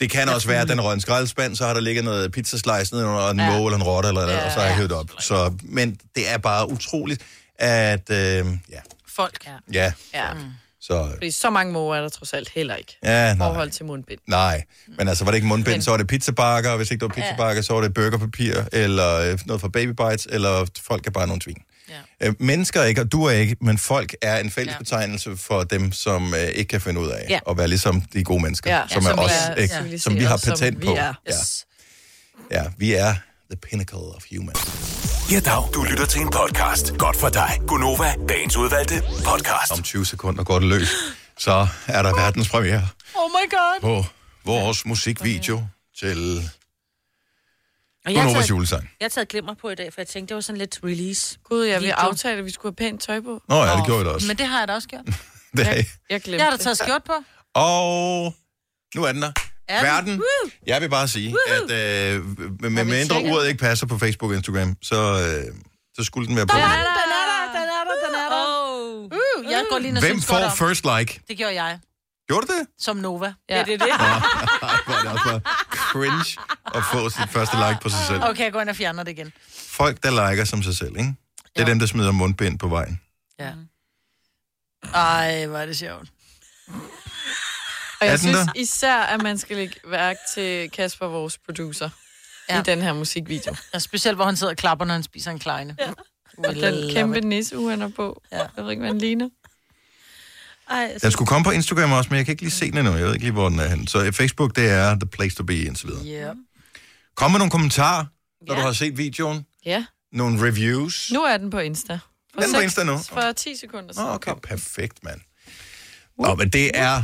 A: Det kan også være, at den røg en skraldespand, så har der ligget noget pizzaslice ned under en ja. måge eller en rotte, eller, ja. og så har jeg hævet op. Så, men det er bare utroligt, at... Øh, ja,
B: Folk. Ja.
A: ja,
D: Ja.
A: så...
D: Fordi så mange måger er der trods alt heller ikke.
A: Ja,
D: I
A: nej.
D: forhold til mundbind.
A: Nej, men altså var det ikke mundbind, så var det pizzabakker, og hvis ikke det var pizzabakker, så var det burgerpapir, eller øh, noget fra Baby Bites, eller folk er bare nogle svin. Ja. Øh, mennesker er ikke, og du er ikke, men folk er en fælles ja. betegnelse for dem, som øh, ikke kan finde ud af
C: Ja.
A: at være ligesom de gode mennesker,
D: Ja.
A: ja.
D: Ja,
A: som, ja, som er
D: som vi
A: os,
D: er
A: ikke? Ja.
D: civiliseret,
A: som vi har
D: som
A: patent
D: vi
A: på.
D: er.
A: Ja. ja, vi er the pinnacle of human.
E: Ja, dag. Du lytter til en podcast. Godt for dig. Gunova, dagens udvalgte podcast.
A: Om 20 sekunder går det løs, så er der verdenspremiere
B: Oh my god.
A: på vores musikvideo til
C: Og jeg har,
A: Gunovas
C: taget,
A: julesang.
C: jeg har taget glimmer på i dag, for jeg tænkte, det var sådan lidt release.
D: Gud, jeg vil
C: Video.
D: aftale, at vi skulle have pænt tøj på.
A: Nå ja, det gjorde vi da også.
B: Men det har jeg da også gjort.
A: Det er-
D: Jeg glemte
B: Jeg har da
D: det.
B: taget skjort på.
A: Og nu er den der.
B: Er den?
A: Verden. Jeg vil bare sige, at øh, med, med mindre
B: tjekker.
A: uret ikke passer på Facebook og Instagram, så, øh, så skulle den være på.
B: Den er der, den er der, den er der.
C: Oh.
B: Uh, jeg går lige ind og
A: Hvem
B: synes godt
A: får
B: om.
A: first like?
B: Det gjorde jeg,
A: Gjorde du det?
B: som Nova.
D: Ja.
B: Ja, det er det.
A: Ej, hvor er det også bare cringe at få sit første like på sig selv.
B: Okay, jeg går ind og fjerner det igen.
A: Folk, der liker som sig selv, ikke? Det er
B: Jo.
A: dem, der smider mundbind på vejen.
B: Ja. Ej, hvor er det sjovt.
D: Og
A: Er
D: jeg
A: den
D: synes
A: der?
D: især, at man skal lægge værk til Kasper, vores producer,
B: Ja.
D: ja. i den her musikvideo.
B: Ja, specielt, hvor han sidder og klapper, når han spiser en kleine. Ja.
D: Og den kæmpe nisseuge, han er på. Ja. Jeg ved ikke, hvad han ligner.
C: Ej, så
A: Den skulle komme på Instagram også, men jeg kan ikke lige se den endnu. Jeg ved ikke lige, hvor den er henne. Så øh, Facebook, det er the place to be, indtil videre.
B: Yeah.
A: Kom med nogle kommentarer, når
D: Ja.
A: du har set videoen.
D: Ja,
A: Nogle reviews.
D: nu er den på Insta. For
A: Den er på
D: seks-
A: Insta nu.
D: For 10 sekunder siden.
A: Nå, okay, perfekt, mand. Nå, men det er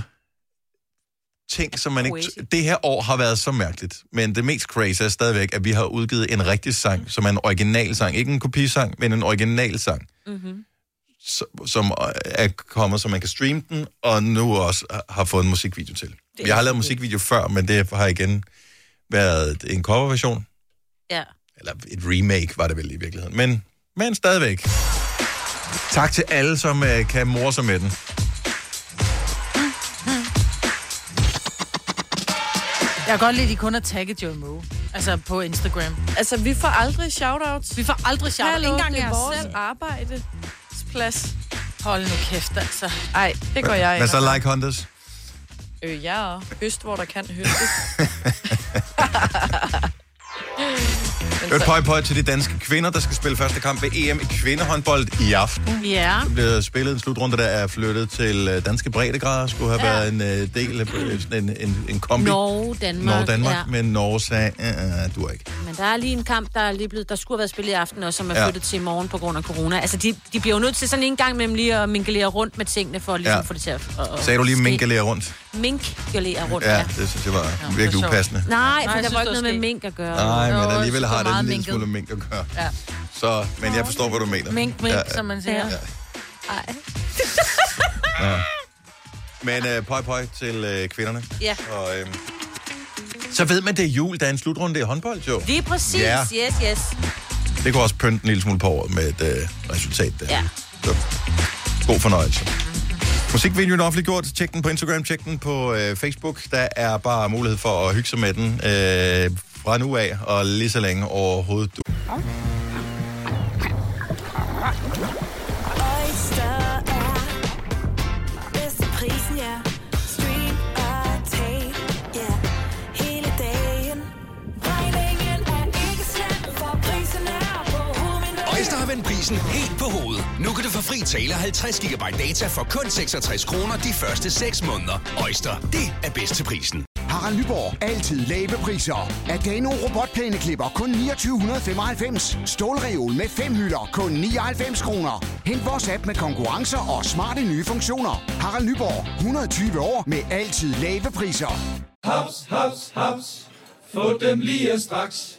A: ting, som man ikke...
C: Crazy.
A: Det her år har været så mærkeligt, men det mest crazy er stadigvæk, at vi har udgivet en rigtig sang, som er en original sang. Ikke en kopisang, men en original sang. Mm-hmm. Som, som øh, er kommet, så man kan streame den, og nu også øh, har fået en musikvideo til. Jeg har lavet musikvideo før, men det har igen været en coverversion.
C: ja.
A: Eller et remake var det vel i virkeligheden. Men, men stadigvæk. Tak til alle, som øh, kan more sig med den.
B: Jeg kan godt lide, at de kun har tagget Joey Moe. Altså på Instagram.
D: Altså, vi får aldrig shoutouts.
B: Vi får aldrig shout
D: Hallo,
B: ikke engang
D: det er
B: jer
D: vores
B: selv.
D: arbejdeplads.
B: Hold nu kæft, altså.
D: Ej, det går jeg ind.
A: Hvad
D: og-
A: så like hunters?
D: Øh, jeg er høst, hvor der kan høstes.
A: Et pøj pøj til de danske kvinder, der skal spille første kamp ved EM i kvindehåndbold i aften.
B: Ja.
A: Der bliver spillet en slutrunde, der er flyttet til øh, danske breddegrader. Skulle have været en øh, del af øh, sådan en, en, en kombi.
C: Norge, Danmark.
A: Norge Danmark,
C: Ja.
A: men Norge sagde, "Øh, øh, du er ikke.
C: Men der er lige en kamp, der, er lige blevet, der skulle have været spillet i aften, og som er
A: Ja.
C: ja. flyttet til i morgen på grund af corona. Altså, de, de bliver jo nødt til sådan en gang imellem lige at mingelere rundt med tingene, for at ligesom
A: Ja.
C: ja. få det til at... at- at
A: Sagde du lige
C: ske.
A: minkalere rundt?
C: Minkgelere rundt, ja.
A: Ja,
C: ja.
A: det synes jeg var
B: det var
A: virkelig
B: sjovt.
A: upassende.
C: Nej, for
B: jeg
C: der
B: synes,
C: var
B: det
C: ikke
B: var
C: noget med
B: sket.
C: mink at gøre.
A: Nej,
B: Nå,
A: men
B: jeg
A: alligevel
B: synes,
A: har
B: det
A: det
B: var
A: en
B: meget
A: lille smule mink at gøre.
B: Ja.
A: Så, men jeg forstår, hvad du mener.
B: Mink, mink, som man siger.
C: Ja.
A: Men øh, pøj pøj til øh, kvinderne.
C: Ja.
A: Og, øh, så ved man, det er jul, der er en slutrunde i håndbold, jo.
C: Lige præcis,
A: Ja.
C: ja. yes, yes.
A: Det kunne også pynte en lille smule på året med et øh, resultat der.
C: Ja.
A: Så, god fornøjelse. Musikvideoen er offentliggjort. Tjek den på Instagram, tjek den på øh, Facebook. Der er bare mulighed for at hygge sig med den øh, fra nu af og lige så længe overhovedet du.
K: Oyster er bedst til prisen, ja. Stream og tag, ja. Hele dagen. Regningen er ikke slem, for prisen er på Homin
L: vend prisen helt på hovedet. Nu kan du få fri tale 50 GB data for kun 66 kroner de første 6 måneder. Øjster, det er bedst til prisen.
M: Harald Nyborg. Altid lave priser. Adano robotplæneklipper kun 2995. Stålreol med fem hylder kun 99 kroner. Hent vores app med konkurrencer og smarte nye funktioner. Harald Nyborg. 120 år med altid lave priser.
H: Haps, haps, haps. Få dem lige straks.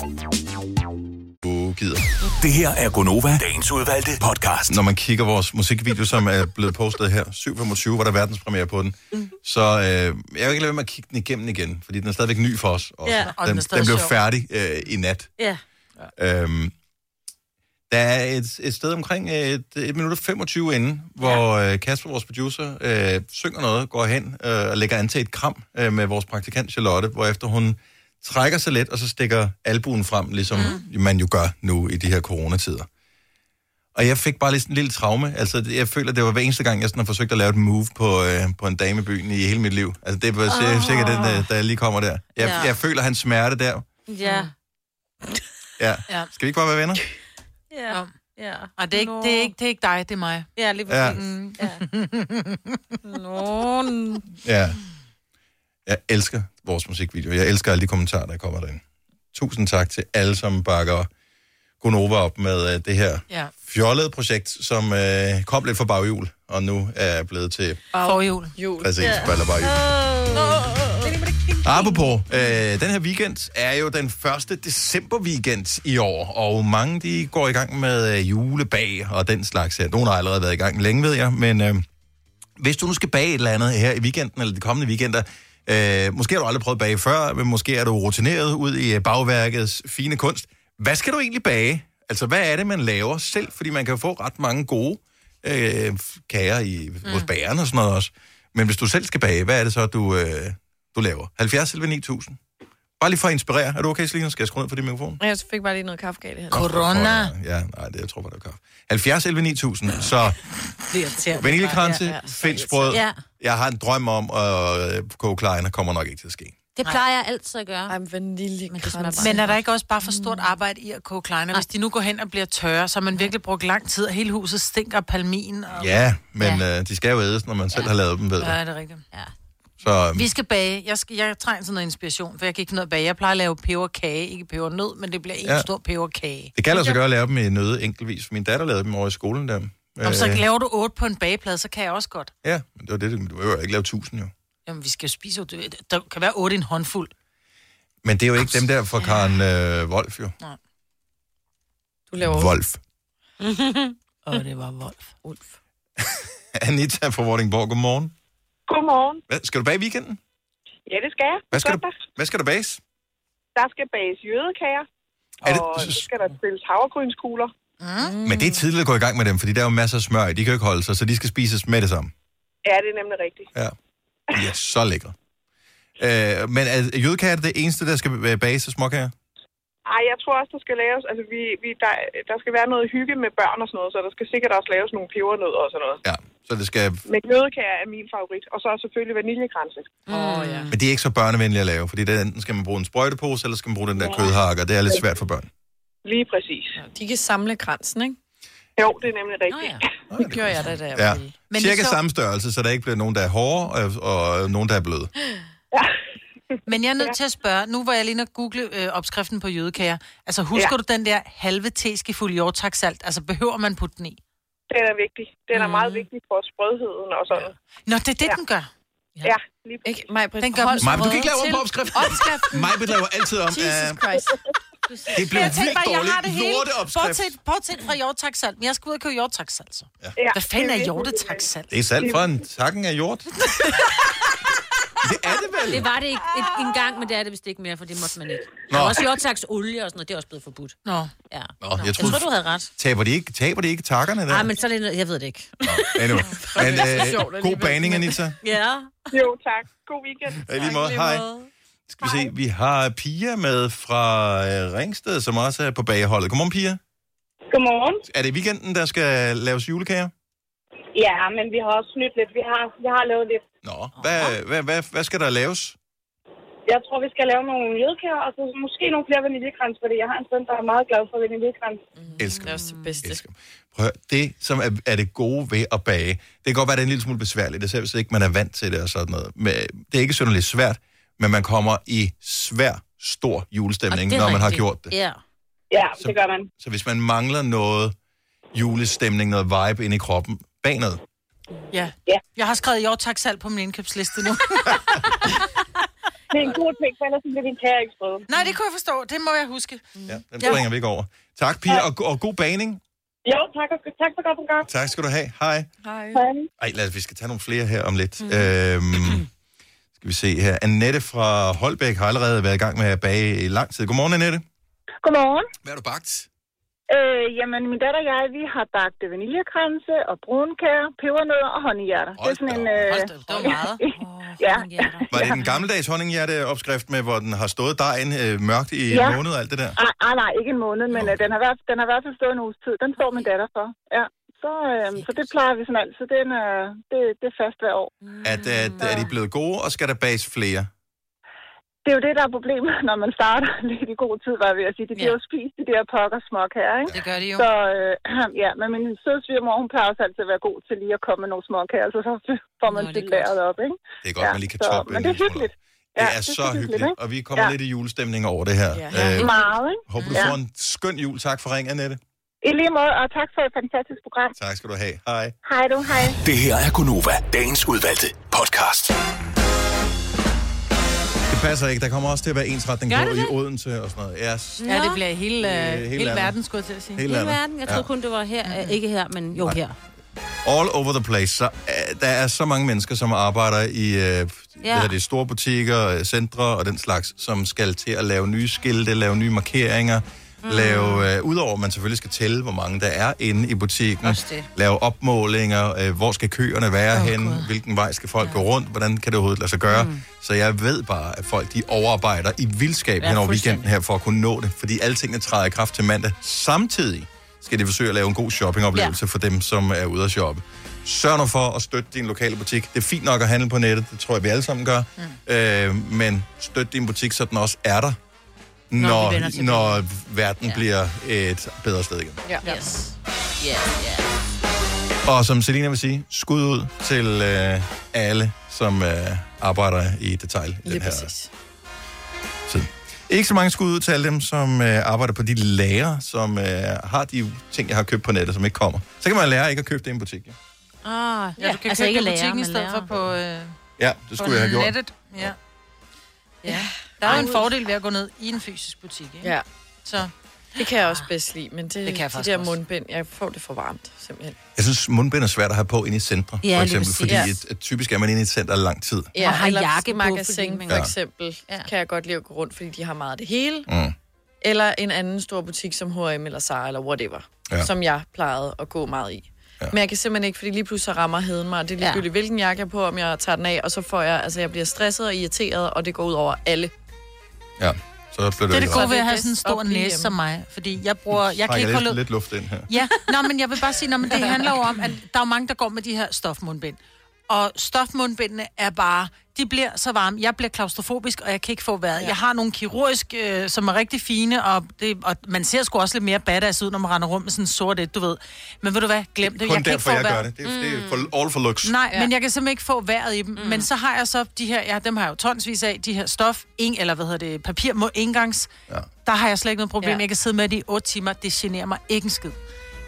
A: Gider.
E: Det her er Gonova, dagens udvalgte podcast.
A: Når man kigger vores musikvideo, som er blevet postet her, 7.25, var der verdenspremiere på den, så øh, jeg vil ikke lade være med at kigge den igennem igen, fordi den er stadigvæk ny for os. Også.
B: Ja, og den er
A: den, den,
B: stadig
A: blev
B: sjov.
A: færdig øh, i nat.
B: Ja.
A: Øhm, der er et, et sted omkring øh, et, et minut og 25 inden, hvor ja. Kasper, vores producer, øh, synger noget, går hen øh, og lægger an til et kram øh, med vores praktikant Charlotte, hvor efter hun trækker sig let, og så stikker albuen frem, ligesom
B: Mhm.
A: mm. man jo gør nu i de her coronatider. Og jeg fik bare lidt sådan en lille traume. Altså, det- jeg føler, det var hver eneste gang, jeg sådan har forsøgt at lave et move på, øh, på en dame i byen i hele mit liv. Altså, det var oh.
B: Åh.
A: sikkert den, der, der lige kommer der. Jeg,
B: Ja.
A: ja. jeg føler hans smerte der.
B: Ja.
A: Ja.
B: Ja.
A: Skal vi ikke bare være venner?
B: Ja. ja. Og det er, ikke, det, er ikke, det er ikke dig, det er mig.
C: Ja, lige
A: Ja.
B: præcis.
C: Ja.
B: Nå.
A: Ja. Jeg elsker vores musikvideo. Jeg elsker alle de kommentarer, der kommer derind. Tusind tak til alle, som bakker Gunova op med uh, det her
B: Ja.
A: fjollede projekt, som uh, kom lidt fra baghjul, og nu er blevet til...
B: Forhjul.
D: Jul.
A: Præcis, baller bare Apropos, øh, den her weekend er jo den første december weekend i år, og mange de går i gang med øh, julebag og den slags her. Nogle har allerede været i gang længe, ved jeg, men øh, hvis du nu skal bage et eller andet her i weekenden eller de kommende weekender, øh, måske har du aldrig prøvet at bage før, men måske er du rutineret ud i øh, bagværkets fine kunst. Hvad skal du egentlig bage? Altså, hvad er det, man laver selv? Fordi man kan jo få ret mange gode øh, kager i, hos bageren og sådan noget også. Men hvis du selv skal bage, hvad er det så, du, øh, du laver? 70 eller 9000? Bare lige for at inspirere. Er du okay, Selina? Skal jeg skrue ned for din mikrofon?
D: Jeg fik bare lige noget kaffegalt i halsen.
A: Ja, nej, det jeg tror jeg, det var kaffe. 70 11 9000, så vaniljekranse, ja, ja. fedtsprød.
C: Ja.
A: Ja. Jeg har en drøm om at øh, koge kleiner, kommer nok ikke til at ske.
C: Det plejer jeg altid at gøre. Ej,
D: vaniljekranse.
B: Men er der ikke også bare for stort arbejde i at koge kleiner? Hvis de nu går hen og bliver tørre, så har man virkelig brugt lang tid, og hele huset stinker af palmin. Og...
A: Ja, men ja. Øh, de skal jo ædes, når man selv har lavet dem, ved du.
B: Ja, det er rigtigt.
C: Ja.
A: Så, øhm,
B: Vi skal bage. Jeg, skal, jeg trænger til noget inspiration, for jeg kan ikke finde ud af at bage. Jeg plejer at lave peberkage, ikke pebernød, men det bliver en
A: Ja.
B: stor peberkage.
A: det kan altså gøre at lave dem i nøde enkeltvis. Min datter lavede dem over i skolen der.
B: Om så
A: Øh,
B: laver du otte på en bageplade, så kan jeg også godt.
A: Ja, men det var det, du behøver ikke lave tusind jo.
B: Jamen, vi skal jo spise... Der kan være otte i en håndfuld.
A: Men det er jo ikke dem der fra Karen øh, Wolf jo.
D: Du laver
A: Wolf.
B: og det var Wolf.
D: Ulf.
A: Anita fra Vordingborg, godmorgen.
N: Godmorgen.
A: Hvad, skal du bage i weekenden?
N: Ja, det skal jeg.
A: Hvad skal, du, hvad skal du bages?
N: Der skal bages jødekager,
A: Er det-
N: og så skal der stilles havregrynskugler.
A: Mm. Men det er tidligt at gå i gang med dem, fordi der er jo masser af smør i. De kan jo ikke holde sig, så de skal spises med det samme.
N: Ja, det er nemlig rigtigt.
A: Ja. De er så lækre. Øh, men er jødekager det eneste, der skal øh, bages af småkager?
N: Ej, jeg tror også, der skal laves... Altså, vi, vi, der, der skal være noget hygge med børn og sådan noget, så der skal sikkert også laves nogle pebernødder og sådan noget.
A: Ja, så det skal...
O: Mm.
N: Men jødekager er min favorit, og så er selvfølgelig Mm. vaniljekranse.
D: Åh, oh, ja.
A: Men det er ikke så børnevenlige at lave, fordi det, er enten skal man bruge en sprøjtepose, eller skal man bruge den der kødhakker. Det er lidt svært for børn.
N: Lige præcis.
D: De kan samle kransen, ikke?
N: Jo, det er nemlig rigtigt.
D: Nå, ja. Det gjorde jeg da, da jeg
A: Ja.
D: var lille.
A: Men Cirka så... samme størrelse, så der ikke bliver nogen, der er hårde, og, og nogen, der er bløde.
B: Men jeg er nødt til at spørge, nu var jeg lige inde og google øh, opskriften på jødekager. Altså, husker
N: Ja.
B: ja. du den der halve teskefuld jordtaksalt? Altså, behøver man putte den i?
N: Den er vigtig. Den
O: Mm.
N: er meget vigtig for sprødheden og sådan.
B: Nå, det er det, ja. den gør.
N: Ja, ja lige
D: ikke, Majbrit,
B: den gør
D: hold
A: Maj, du kan
D: røde
A: ikke lave om
D: til
A: på opskriften.
D: opskriften.
A: Majbrit laver altid om.
D: Jesus
A: øh,
D: Christ.
A: Det blev
B: Jeg tænkte
A: virkelig
B: bare, jeg har det
A: dårligt.
B: hele.
A: Lorteopskrift.
B: Bortset, bortset fra jordtaksalt. Men jeg skal ud og købe jordtaksalt, så.
A: Ja.
B: Hvad fanden er jordetaksalt?
A: Det er salt fra en takken af jord. Det er det vel?
C: Det var det ikke et, en gang, men det er det vist ikke mere, for det måtte man ikke. Nå.
A: Nå.
C: Der var også jordtaks olie og sådan noget, det er også blevet forbudt. Nå. Ja.
A: Nå,
C: Jeg tror, du havde ret.
A: Taber de ikke, taber de ikke takkerne der?
C: Nej, men så er det, noget- jeg ved det ikke.
A: Anyway. Men,
C: Det er så sjovt
A: øh, god
C: alligevel.
A: baning, Anita.
C: Ja.
N: Jo, tak. God weekend.
A: Ja, i lige måde. Hej. Skal vi se, vi har Pia med fra øh, Ringsted, som også er på bageholdet. Godmorgen, Pia.
O: Godmorgen.
A: Er det i weekenden, der skal laves julekager?
O: Ja, men vi har også snydt lidt. Vi har, vi har lavet lidt.
A: Nå. Hvad, hvad, hvad, hvad skal der laves?
C: Mm,
O: Jeg tror, vi skal lave nogle jødekager, og så måske nogle flere vaniljekrans, fordi jeg har en søn, der er meget glad for vaniljekrans.
A: Elsker.
D: Det er også det bedste.
A: Elsker. Prøv at høre, det, som er, er det gode ved at bage, det kan godt være, det er en lille smule besværligt, især hvis ikke man er vant til det og sådan noget. Men øh, det er ikke synderligt svært, men man kommer i svær, stor julestemning, når man har gjort det.
C: Ja.
O: Ja, det gør man.
A: Så hvis man mangler noget julestemning, noget vibe ind i kroppen, bag noget.
B: Ja. Jeg har skrevet jordtaksalt på min indkøbsliste nu.
O: det er en god ting, for ellers bliver din kage ikke sprøde.
B: Nej, det kunne jeg forstå. Det må jeg huske.
A: Ja, den
B: Ja.
A: springer vi ikke over. Tak, Pia, og, og god baning.
O: Jo, tak, og, tak for godt program.
A: Tak skal du have. Hej.
O: Hej.
A: Ej, lad os, vi skal tage nogle flere her om lidt. Mm. Øhm, skal vi se her. Annette fra Holbæk har allerede været i gang med at bage i lang tid. Godmorgen, Annette.
P: Godmorgen.
A: Hvad har du bagt?
P: Øh, jamen, min datter og jeg, vi har bagt vaniljekranse og brunkager, pebernødder og honninghjerter. Det er sådan en... Øh... det var meget. ja.
A: Var det den gammeldags honninghjerte-opskrift med, hvor den har stået dejen øh, mørkt i ja. en måned og alt det der?
P: Ah, ah, nej, ikke en måned, men øh, den, har i hvert- den har i hvert fald stået en uges tid. Den står min datter for. Ja. Så, øh, så det plejer vi sådan altid. Den, øh, det, det er fast hver år.
A: At, at, er de blevet gode, og skal der bages flere?
P: Det er jo det, der er problemet, når man starter lidt i god tid, var jeg ved at sige. De bliver jo spist, de der pokker småk her, ikke?
B: Det gør de jo.
P: Så øh, ja, men min søde svigermor, hun plejer også altid at være god til lige at komme med nogle småk her, så så får man sit lageret op, ikke?
A: Det er godt, man lige kan
P: så,
A: toppe
P: Men
A: en
P: det er
A: lille
P: hyggeligt.
A: Det er så hyggeligt, og vi kommer
P: ja.
A: lidt i julestemning over det her.
P: Ja.
A: Øh,
P: Meget, ikke?
A: Håber du
P: Ja.
A: får en skøn jul. Tak for ringen, Annette.
P: I lige måde, og tak for et fantastisk program.
A: Tak skal du have. Hej.
P: Hej du, hej.
E: Det her er Gonova, dagens udvalgte podcast.
A: Det passer ikke. Der kommer også til at være ensretning
B: Gør
A: på
B: det
A: i
B: det?
A: Odense og sådan noget. Ja, s-
B: Ja, det bliver hele,
A: Øh,
B: øh,
A: hele
B: hele, hele
A: landet.
B: verden, skulle jeg til at sige.
A: Hele
C: Hele
A: landet.
C: verden. Jeg troede
A: Ja.
C: kun, det var her. Øh, Ikke her, men jo
A: Nej.
C: her.
A: all over the place. Så, uh, der er så mange mennesker, som arbejder i uh, ja. det, store butikker, øh, centre og den slags, som skal til at lave nye skilte, lave nye markeringer, mm. lave, uh, udover at man selvfølgelig skal tælle, hvor mange der er inde i butikken, lave opmålinger, uh, hvor skal køerne være oh, hen, hvilken vej skal folk ja. gå rundt, hvordan kan det overhovedet lade sig gøre. Mm. Så jeg ved bare, at folk de overarbejder i vildskab
Q: Ja,
A: ja, hen over
Q: fuldstændig.
A: weekenden her for at kunne nå det, fordi alle tingene træder i kraft til mandag. Samtidig skal de forsøge at lave en god shoppingoplevelse ja. for dem, som er ude at shoppe. Sørg nu for at støtte din lokale butik. Det er fint nok at handle på nettet, det tror jeg, vi alle sammen gør. Mm. Øh, men støt din butik, så den også er der,
C: Når vi
A: når,
C: vender tilbage.
A: når, verden
C: Ja.
A: ja. bliver et bedre sted igen.
C: Ja. Yes. Ja, ja.
A: Og som Selina vil sige, skud ud til øh, alle, som øh, arbejder i detail i den her tid. Ikke så mange skud ud til alle dem, som øh, arbejder på de lager, som øh, har de ting, jeg har købt på nettet, som ikke kommer. Så kan man lære ikke at købe det i en butik. Ja,
C: Ah,
B: Ja, du kan altså
C: altså
B: købe
C: ikke
B: det i
C: lærer,
B: butikken i
C: men
B: stedet for
C: lærer.
B: på, øh,
A: ja det
B: på
A: skulle jeg have gjort.
B: nettet. Ja. ja. Der er jo en fordel ved at gå ned i en fysisk butik, ikke?
D: Ja.
B: Så.
D: Det kan jeg også bedst lide, men det, det
B: kan
D: de
B: jeg faktisk
D: der
B: også.
D: mundbind, jeg får det for varmt, simpelthen.
A: Jeg synes, mundbind er svært at have på inde i centre,
D: Ja,
A: for
D: lige
A: eksempel,
D: præcis.
A: fordi
D: Ja.
A: et, et, typisk er man inde i et center lang tid.
D: Ja,
C: Og har
D: eller
C: jakke på,
D: magasin,
C: fordi man-
D: for
A: Ja.
D: eksempel, ja. kan jeg godt lide at gå rundt, fordi de har meget af det hele.
A: Mm.
D: Eller en anden stor butik som H&M eller Zara eller whatever,
A: Ja.
D: ja. som jeg plejede at gå meget i. Ja. Men jeg kan simpelthen ikke, fordi lige pludselig så rammer heden mig, og det er ligegyldigt, ja. hvilken jakke jeg har på, om jeg tager den af, og så får jeg, altså jeg bliver stresset og irriteret, og det går ud over alle.
A: Ja, så bliver
B: Det er det
A: ikke
B: gode
A: rart.
B: ved at have sådan en stor
D: Op lige
B: næse
D: hjemme.
B: som mig, fordi jeg bruger... Jeg kan
A: Trækker
B: ikke
A: lidt,
B: holde ud.
A: lidt luft ind her.
B: Ja, nå, men jeg vil bare sige, nå, men det handler jo om, at der er jo mange, der går med de her stofmundbind. Og stofmundbindene er bare, de bliver så varme. Jeg bliver klaustrofobisk, og jeg kan ikke få vejret. Ja. Jeg har nogle kirurgisk, øh, som er rigtig fine, og, det, og man ser sgu også lidt mere badass ud, når man render rundt med sådan en sort et, du ved. Men ved du hvad, glem det.
A: Kun
B: jeg kan ikke
A: derfor,
B: få
A: jeg gør
B: vejret.
A: det. Det er, det er for, all for looks.
B: Nej, ja. men jeg kan simpelthen ikke få vejret i dem. Mm. Men så har jeg så de her, ja, dem har jeg jo tonsvis af, de her stof, ing, eller hvad hedder det, papir, må engangs. Ja. Der har jeg slet ikke noget problem. Ja.
C: Ja.
B: Jeg kan sidde med det i 8 timer. Det generer mig ikke en skid.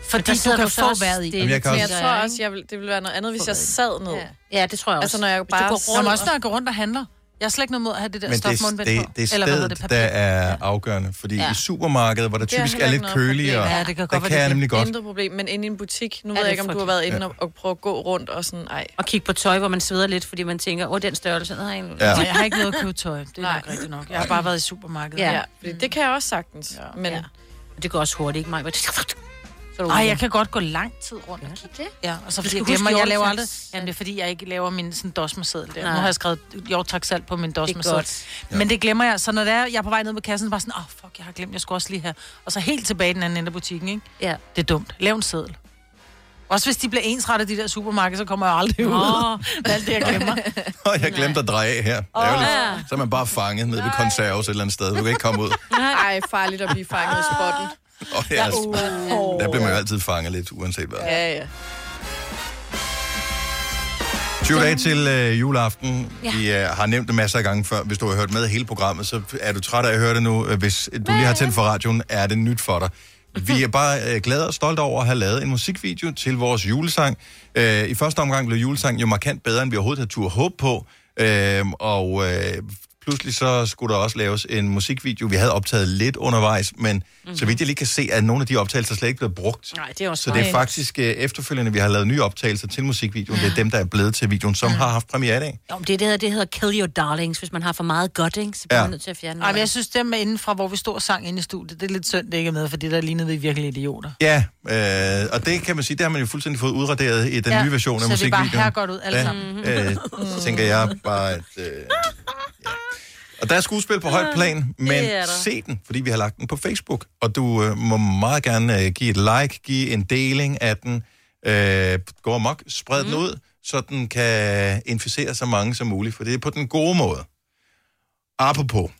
C: der
B: Fordi du
C: sidder
B: kan
C: du så
B: få
C: også
B: vejret i
C: stille, Jamen, jeg kan
D: Men jeg
C: også-
D: tror også, jeg vil, det ville være noget andet, hvis jeg sad ned.
C: Ja, det tror jeg også.
D: Altså, når jeg
C: Hvis du
D: bare
C: går
B: Som
D: sidder-
B: også, når jeg går rundt og handler. Jeg har slet ikke noget mod at have det der
A: Men det,
B: stof mundbind
A: det,
B: på.
A: det er
B: Eller hvad hedder det,
A: stedet, det,
B: papir?
A: der er afgørende. Fordi
B: Ja.
A: ja. i supermarkedet, hvor der
D: Det er
A: typisk
D: heller
A: er
D: ikke
A: lidt
D: noget
A: køligere,
D: problem.
A: ja, det kan der kan jeg nemlig godt.
D: Intet problem, men inde i en butik, nu
C: Er
D: ved jeg
C: det
D: ikke, om du har
C: frygteligt?
D: været inde
A: Ja.
D: og, og prøve at gå rundt og sådan, ej.
C: Og kigge på tøj, hvor man sveder lidt, fordi man tænker, åh, den størrelse, nej. Ja.
B: Ja. Nej, jeg har ikke noget at købe tøj. Det er Nej. nok rigtigt nok. Jeg har bare været i supermarkedet.
C: Ja,
D: fordi det kan jeg også sagtens. Ja. Men ja.
C: det går også hurtigt, ikke mig?
B: Ej, jeg kan godt gå lang tid rundt og
C: kigge det.
B: Ja, og så
C: Du
B: fordi
C: skal
B: jeg
C: huske
B: glemmer, jeg laver aldrig...
C: hjortaks.
B: Jamen, det er fordi, jeg ikke laver min sådan dosmerseddel der.
C: Nej.
B: Nu har jeg skrevet jordtaksalt på min dosmerseddel.
C: godt.
B: Men det glemmer jeg. Så når det er, jeg er på vej ned med kassen, så er det bare sådan, åh, oh, fuck, jeg har glemt, jeg skulle også lige her. Og så helt tilbage i den anden ende af butikken, ikke?
C: Ja.
B: Det er dumt. Lav en seddel. Også hvis de bliver ensrettet, de der supermarkeder, så kommer jeg aldrig ud.
C: Nå.
B: med alt det, jeg glemmer.
A: Og jeg glemte at dreje af her.
B: Åh.
A: Ærgerligt.
B: Ja.
A: Så er man bare fanget ned ved konserves et eller andet sted. Du kan ikke komme ud.
D: Ej, farligt at blive fanget i spotten.
A: Og ja, altså- der bliver man jo altid fanget lidt, uanset hvad.
D: Ja, ja.
A: 20 dage til øh, juleaften.
D: Ja.
A: Ja. Vi øh, har nævnt det masser af gange før. Hvis du har hørt med hele programmet, så er du træt af at høre det nu. Øh, Hvis du lige har tændt for radioen, er det nyt for dig. Vi er bare øh, glade og stolte over at have lavet en musikvideo til vores julesang. Øh, I første omgang blev julesangen jo markant bedre, end vi overhovedet havde tur håb på. Øh, og øh, pludselig så skulle der også laves en musikvideo. Vi havde optaget lidt undervejs, men mm-hmm. så vidt jeg lige kan se, er nogle af de optagelser slet ikke blevet brugt.
C: Mhm. Nej, det er også
A: Så det er
C: smart.
A: faktisk øh, efterfølgende, vi har lavet nye optagelser til musikvideoen. Det er dem, der er blevet til videoen, som har haft premiere i dag.
C: Jo, men det, det, hedder, det hedder kill your darlings. Hvis man har for meget godt, ikke? så bliver
A: Ja.
C: man nødt til at fjerne
B: Ej, men jeg
C: noget.
B: synes, dem inden fra, hvor vi stod og sang inde i studiet, det er lidt synd, det ikke er med, fordi der lignede vi virkelig idioter.
A: Ja, øh, og det kan man sige, det har man jo fuldstændig fået udraderet i den
B: Ja,
A: nye version af
B: så vi bare
A: musikvideoen.
B: her godt ud alle sammen.
A: Øh, så tænker jeg bare, at... Øh, ja. Og der er skuespil på højt plan,
Q: Det
A: men
Q: er der.
A: se den, fordi vi har lagt den på Facebook. Og du øh, må meget gerne øh, give et like, give en deling af den. Øh, gå amok, spred mm. den ud, så den kan inficere så mange som muligt, for det er på den gode måde. Apropos.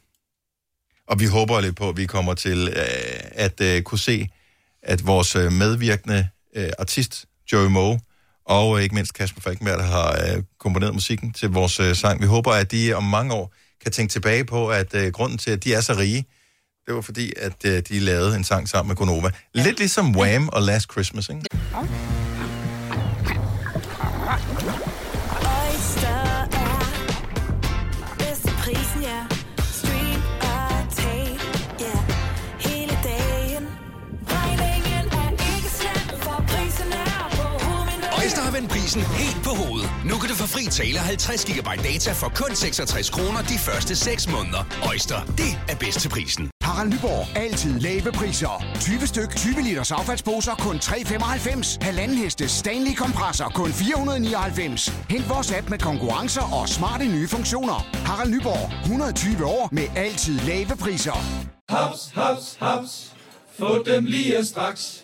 A: Og vi håber lidt på, at vi kommer til øh, at øh, kunne se, at vores øh, medvirkende øh, artist, Joey Moe, og øh, ikke mindst Kasper Falkenberg, der har øh, komponeret musikken til vores øh, sang. Vi håber, at de om mange år kan tænke tilbage på, at øh, grunden til, at de er så rige, det var fordi, at øh, de lavede en sang sammen med Gonova. Lidt ligesom Wham! og Last Christmas, ikke?
K: Oyster er bedst til prisen, ja. Stream og tag, ja. Hele dagen. Regningen er ikke slem, for prisen er på hovedet.
L: Øjster har vendt prisen helt på hovedet. Nu kan du få fri tale 50 GB data for kun 66 kroner de første 6 måneder. Øjster, det er bedst til prisen.
M: Harald Nyborg. Altid lave priser. 20 styk, 20 liters affaldsposer kun 3,95. Halvanden heste Stanley kompresser kun 499. Hent vores app med konkurrencer og smarte nye funktioner. Harald Nyborg. 120 år med altid lave priser.
H: Haps, haps, haps. Få dem lige straks.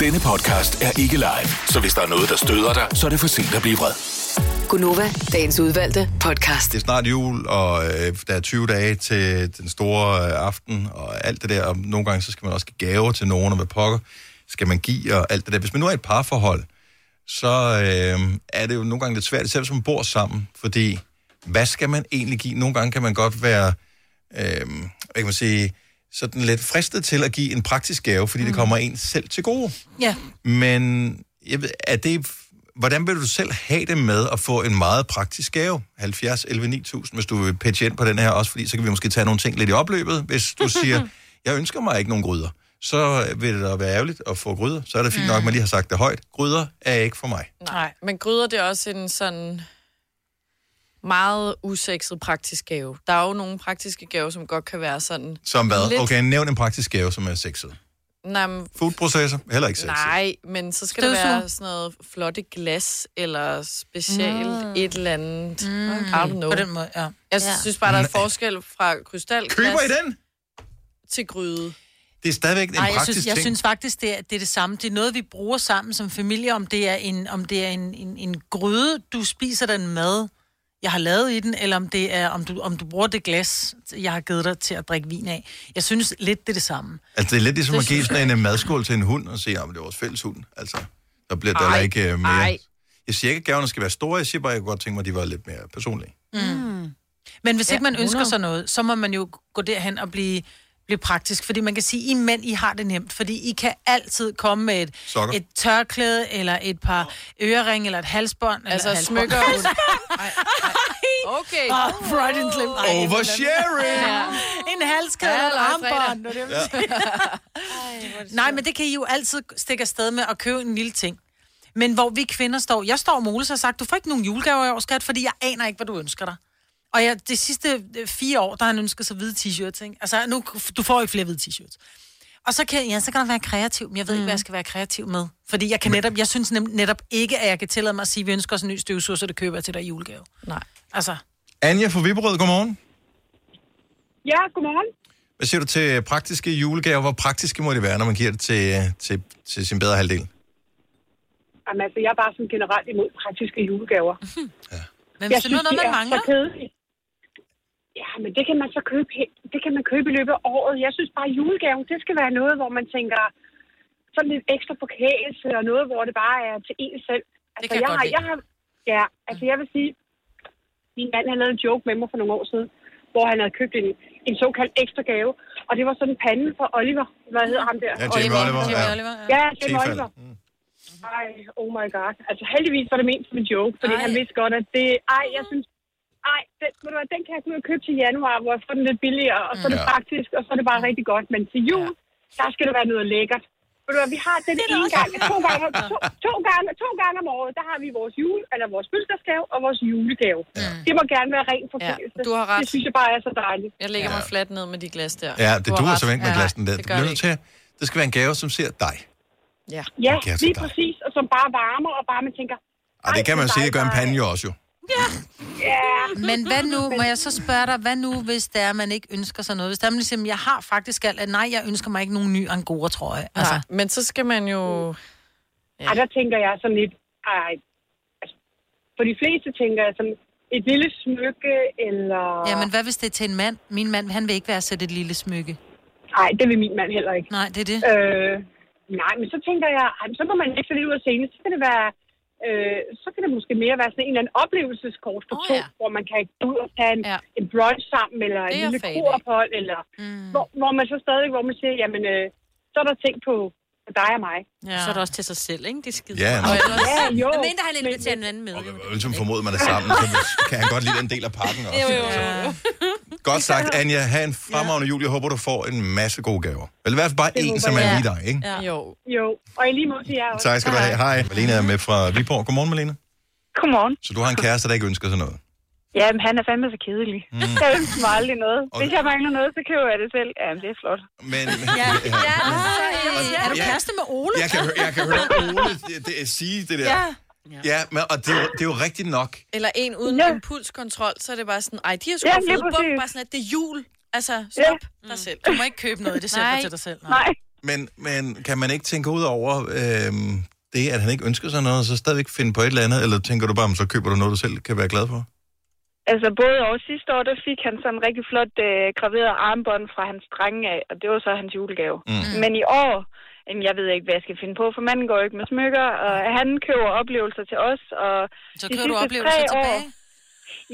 E: Denne podcast er ikke live, så hvis der er noget, der støder dig, så er det for sent at blive vred.
R: Gunova, dagens udvalgte podcast.
A: Det er snart jul, og øh, der er 20 dage til den store øh, aften, og alt det der. Og nogle gange, så skal man også give gaver til nogen, og hvad pokker skal man give, og alt det der. Hvis man nu er i et parforhold, så øh, er det jo nogle gange lidt svært, selv hvis man bor sammen, fordi hvad skal man egentlig give? Nogle gange kan man godt være, øh, hvad kan man sige, sådan lidt fristet til at give en praktisk gave, fordi mm. det kommer en selv til gode.
B: Ja.
A: Men jeg ved, er det, hvordan vil du selv have det med at få en meget praktisk gave? 70, 11, 9000, hvis du vil pitche ind på den her også, fordi så kan vi måske tage nogle ting lidt i opløbet. Hvis du siger, jeg ønsker mig ikke nogen gryder, så vil det da være ærgerligt at få gryder. Så er det fint
B: Mm.
A: nok, at man lige har sagt det højt. Gryder er ikke for mig.
D: Nej. Men gryder det er også en sådan meget usekset praktisk gave. Der er jo nogle praktiske gaver, som godt kan være sådan...
A: Som hvad?
D: lidt-
A: Okay, nævn en praktisk gave, som er sexet.
D: Nej, men,
A: Foodprocessor? Heller ikke sexet.
D: nej, men så skal det
B: Støvsuger.
D: være sådan noget flotte glas, eller specielt mm. et eller andet. Mm. I
B: Okay.
D: don't know.
B: På den måde, ja.
D: Jeg
B: Ja.
D: synes bare, der er forskel fra krystalglas...
A: Mm. Køber I den?
D: Til gryde.
A: Det er stadigvæk en
B: Nej, jeg
A: praktisk
B: synes, jeg
A: ting.
B: synes faktisk, det er, det er det samme. Det er noget, vi bruger sammen som familie, om det er en, om det er en, en, en gryde, du spiser den med, jeg har lavet i den, eller om, det er, om, du, om du bruger det glas, jeg har givet dig til at drikke vin af. Jeg synes lidt, det er det samme.
A: Altså, det er lidt ligesom
B: Det
A: at give
B: synes
A: sådan en øh, madskål til en hund og sige, at det er vores fælles hund. Altså, der bliver der heller ikke øh, mere.
B: ej.
A: Jeg siger ikke, at gaverne skal være store. Jeg siger bare, at jeg kunne godt tænke mig, at de var lidt mere personlige.
B: Mm. Men hvis ja,
C: Ja,
B: ikke man ønsker
C: 100.
B: sig noget, så må man jo gå derhen og blive, blive praktisk. Fordi man kan sige, I mænd, I har det nemt. Fordi I kan altid komme med et,
K: Sokker.
B: et tørklæde, eller et par ørering, eller et halsbånd.
D: Altså,
B: eller
D: smykker og-
B: Okay. Oh, right and slim.
A: Oversharing!
B: Ja. En halskæde
D: Ja,
B: eller et
D: eller
B: armbånd.
D: fredag.
B: det var det, jeg ville sige. Nej, men det kan I jo altid stikke afsted med at købe en lille ting. Men hvor vi kvinder står, jeg står og moles og har sagt, du får ikke nogen julegaver i år, skat, fordi jeg aner ikke, hvad du ønsker dig. Og jeg, de sidste øh, fire år, der har han ønsket sig hvide t-shirts, ikke? Altså, nu, du får ikke flere hvide t-shirts. Og så kan, ja, så kan jeg være kreativ, men jeg ved mm. ikke, hvad jeg skal være kreativ med. Fordi jeg, kan netop, jeg synes nem, netop ikke, at jeg kan tillade mig at sige, at vi ønsker os en ny støvsuger, så det køber jeg til dig i julegave.
D: Nej.
B: Altså,
A: Anja fra Viberød, godmorgen.
O: Ja, godmorgen.
A: Hvad siger du til praktiske julegaver? Hvor praktiske må det være, når man giver det til, øh, til, til sin bedre halvdel?
O: Jamen, altså, jeg er bare sådan generelt imod praktiske julegaver.
B: Men
O: jeg
B: hvis der nu er Altså, noget,
O: de
B: man
O: er
B: mangler?
O: Så kedelige. ja, men det kan man så købe, he- det kan man købe i løbet af året. Jeg synes bare, at julegaven, det skal være noget, hvor man tænker sådan lidt ekstra forkælelse, og noget, hvor det bare er til en selv. Altså,
K: kan jeg
O: jeg,
K: godt
O: har,
K: lide.
O: jeg har, Ja, altså jeg vil sige, min mand han lavede en joke med mig for nogle år siden, hvor han havde købt en, en såkaldt ekstra gave, og det var sådan en pande for Oliver. Hvad hedder ham der?
A: Ja, Jamie Oliver. Oliver, Jamie ja. Oliver, ja.
O: Ja, Jamie
A: Tefal.
O: Oliver. Ej, oh my god. Altså heldigvis var det ment som en joke, fordi ej. han vidste godt, at det... Ej, jeg synes... Ej, den, ved du hvad, den kan jeg gå ud og købe til januar, hvor jeg får den lidt billigere, og så er det
A: Ja.
O: praktisk, og så er det bare rigtig godt. Men til jul, der skal det være noget lækkert. Ved du hvad, vi har den ene gang, to gange, to, to, gange, to gange om året, der har vi vores jul, eller vores fødselsdagsgave og vores julegave. Ja. Det må gerne være ren forkælelse. Ja,
D: du har ret.
O: Det synes jeg bare er så dejligt.
D: Jeg lægger ja. mig fladt ned med de glas der.
A: Ja, det
D: Du har
A: duer
D: ret.
A: simpelthen ikke med
D: Ja,
A: glassen der.
D: det
A: Det,
D: gør
A: det,
D: det
A: til, det skal være en gave, som ser dig.
D: Ja,
O: ja
A: Det er så
O: lige
A: dejligt.
O: præcis, og som bare varmer, og bare man tænker,
A: Og det kan man jo sige, det gør en pande jo også jo.
O: Ja.
B: Men hvad nu, må jeg så spørge dig, hvad nu, hvis det er, man ikke ønsker sig noget? Hvis det er, man ligesom, jeg har faktisk alt, at nej, jeg ønsker mig ikke nogen ny angora trøje. Altså,
D: Nej, men så skal man jo...
O: Ja. Ej, der tænker jeg sådan lidt, ej, altså, for de fleste tænker jeg sådan, et lille smykke, eller...
B: ja, men hvad hvis det er til en mand? Min mand, han vil ikke være sætte et lille smykke.
O: Nej, det vil min mand heller ikke.
B: Nej, det er det.
O: Øh, nej, men så tænker jeg, ej, men så må man ikke så lidt ud af scenen, så kan det være... Øh, så kan det måske mere være sådan en eller anden oplevelseskort for oh, to, ja. hvor man kan gå ud og tage en, ja. en brunch sammen, eller
K: Det
O: en
K: er jeg
O: lille
K: fan af.
O: korophold, eller mm. hvor, hvor man så stadig, hvor man siger, jamen, øh, så er der ting på, på dig og mig.
C: Ja. Så er det også til sig selv, ikke? Det skider.
A: Ja,
C: og
A: men-
C: ellers...
O: Ja, jo.
C: Men der har lidt inviteret en anden med. jo.
A: Og som formoder man er sammen, så kan han godt lide en del af pakken også.
C: Jo, jo, jo.
A: Godt sagt, Anja. Ha' en fremragende jul. Jeg håber, du får en masse gode gaver. Eller i hvert fald bare
O: Det
A: en,
O: håber
A: som
O: jeg.
A: er lige dig, ikke?
O: Ja. Jo. Jo, og i lige måde til jer også.
A: Tak skal du have. Hej. Malene er med fra Viborg. Godmorgen, Malene.
O: Godmorgen.
A: Så du har en kæreste, der ikke ønsker sig noget.
O: Ja, men han er fandme så kedelig.
A: Mm.
O: Mm. Jeg ønsker mig aldrig noget. Hvis jeg mangler noget, så køber jeg det selv. Ja, det er flot.
A: Men,
O: Ja,
A: ja.
B: Ja, er du
A: Ja.
B: kæreste med Ole?
A: Jeg, kan, høre- jeg kan høre Ole det, det, sige det der.
D: Ja.
A: Ja, men, og det, er jo- det er jo rigtigt nok.
D: Eller en uden ja. impulskontrol, så er det bare sådan, ej, de har sgu
O: Ja,
D: ja,
O: lige
D: fået bum,
O: præcis.
D: bare sådan, at det er jul. Altså, stop ja. dig selv.
B: Du må ikke købe noget i december
D: Nej.
B: til dig selv.
O: Nej.
A: Men, men kan man ikke tænke ud over øhm, det, at han ikke ønsker sig noget, og så stadigvæk finde på et eller andet? Eller tænker du bare, "Men så køber du noget, du selv kan være glad for?
O: Altså, både over sidste år, der fik han sådan en rigtig flot øh, graveret armbånd fra hans drenge af, og det var så hans julegave.
A: Mm.
O: Men i år, jamen, jeg ved ikke, hvad jeg skal finde på, for manden går jo ikke med smykker, og han køber oplevelser til os. Og
B: Så
O: de
B: køber du
O: sidste
B: oplevelser
O: tre
B: tilbage?
O: År,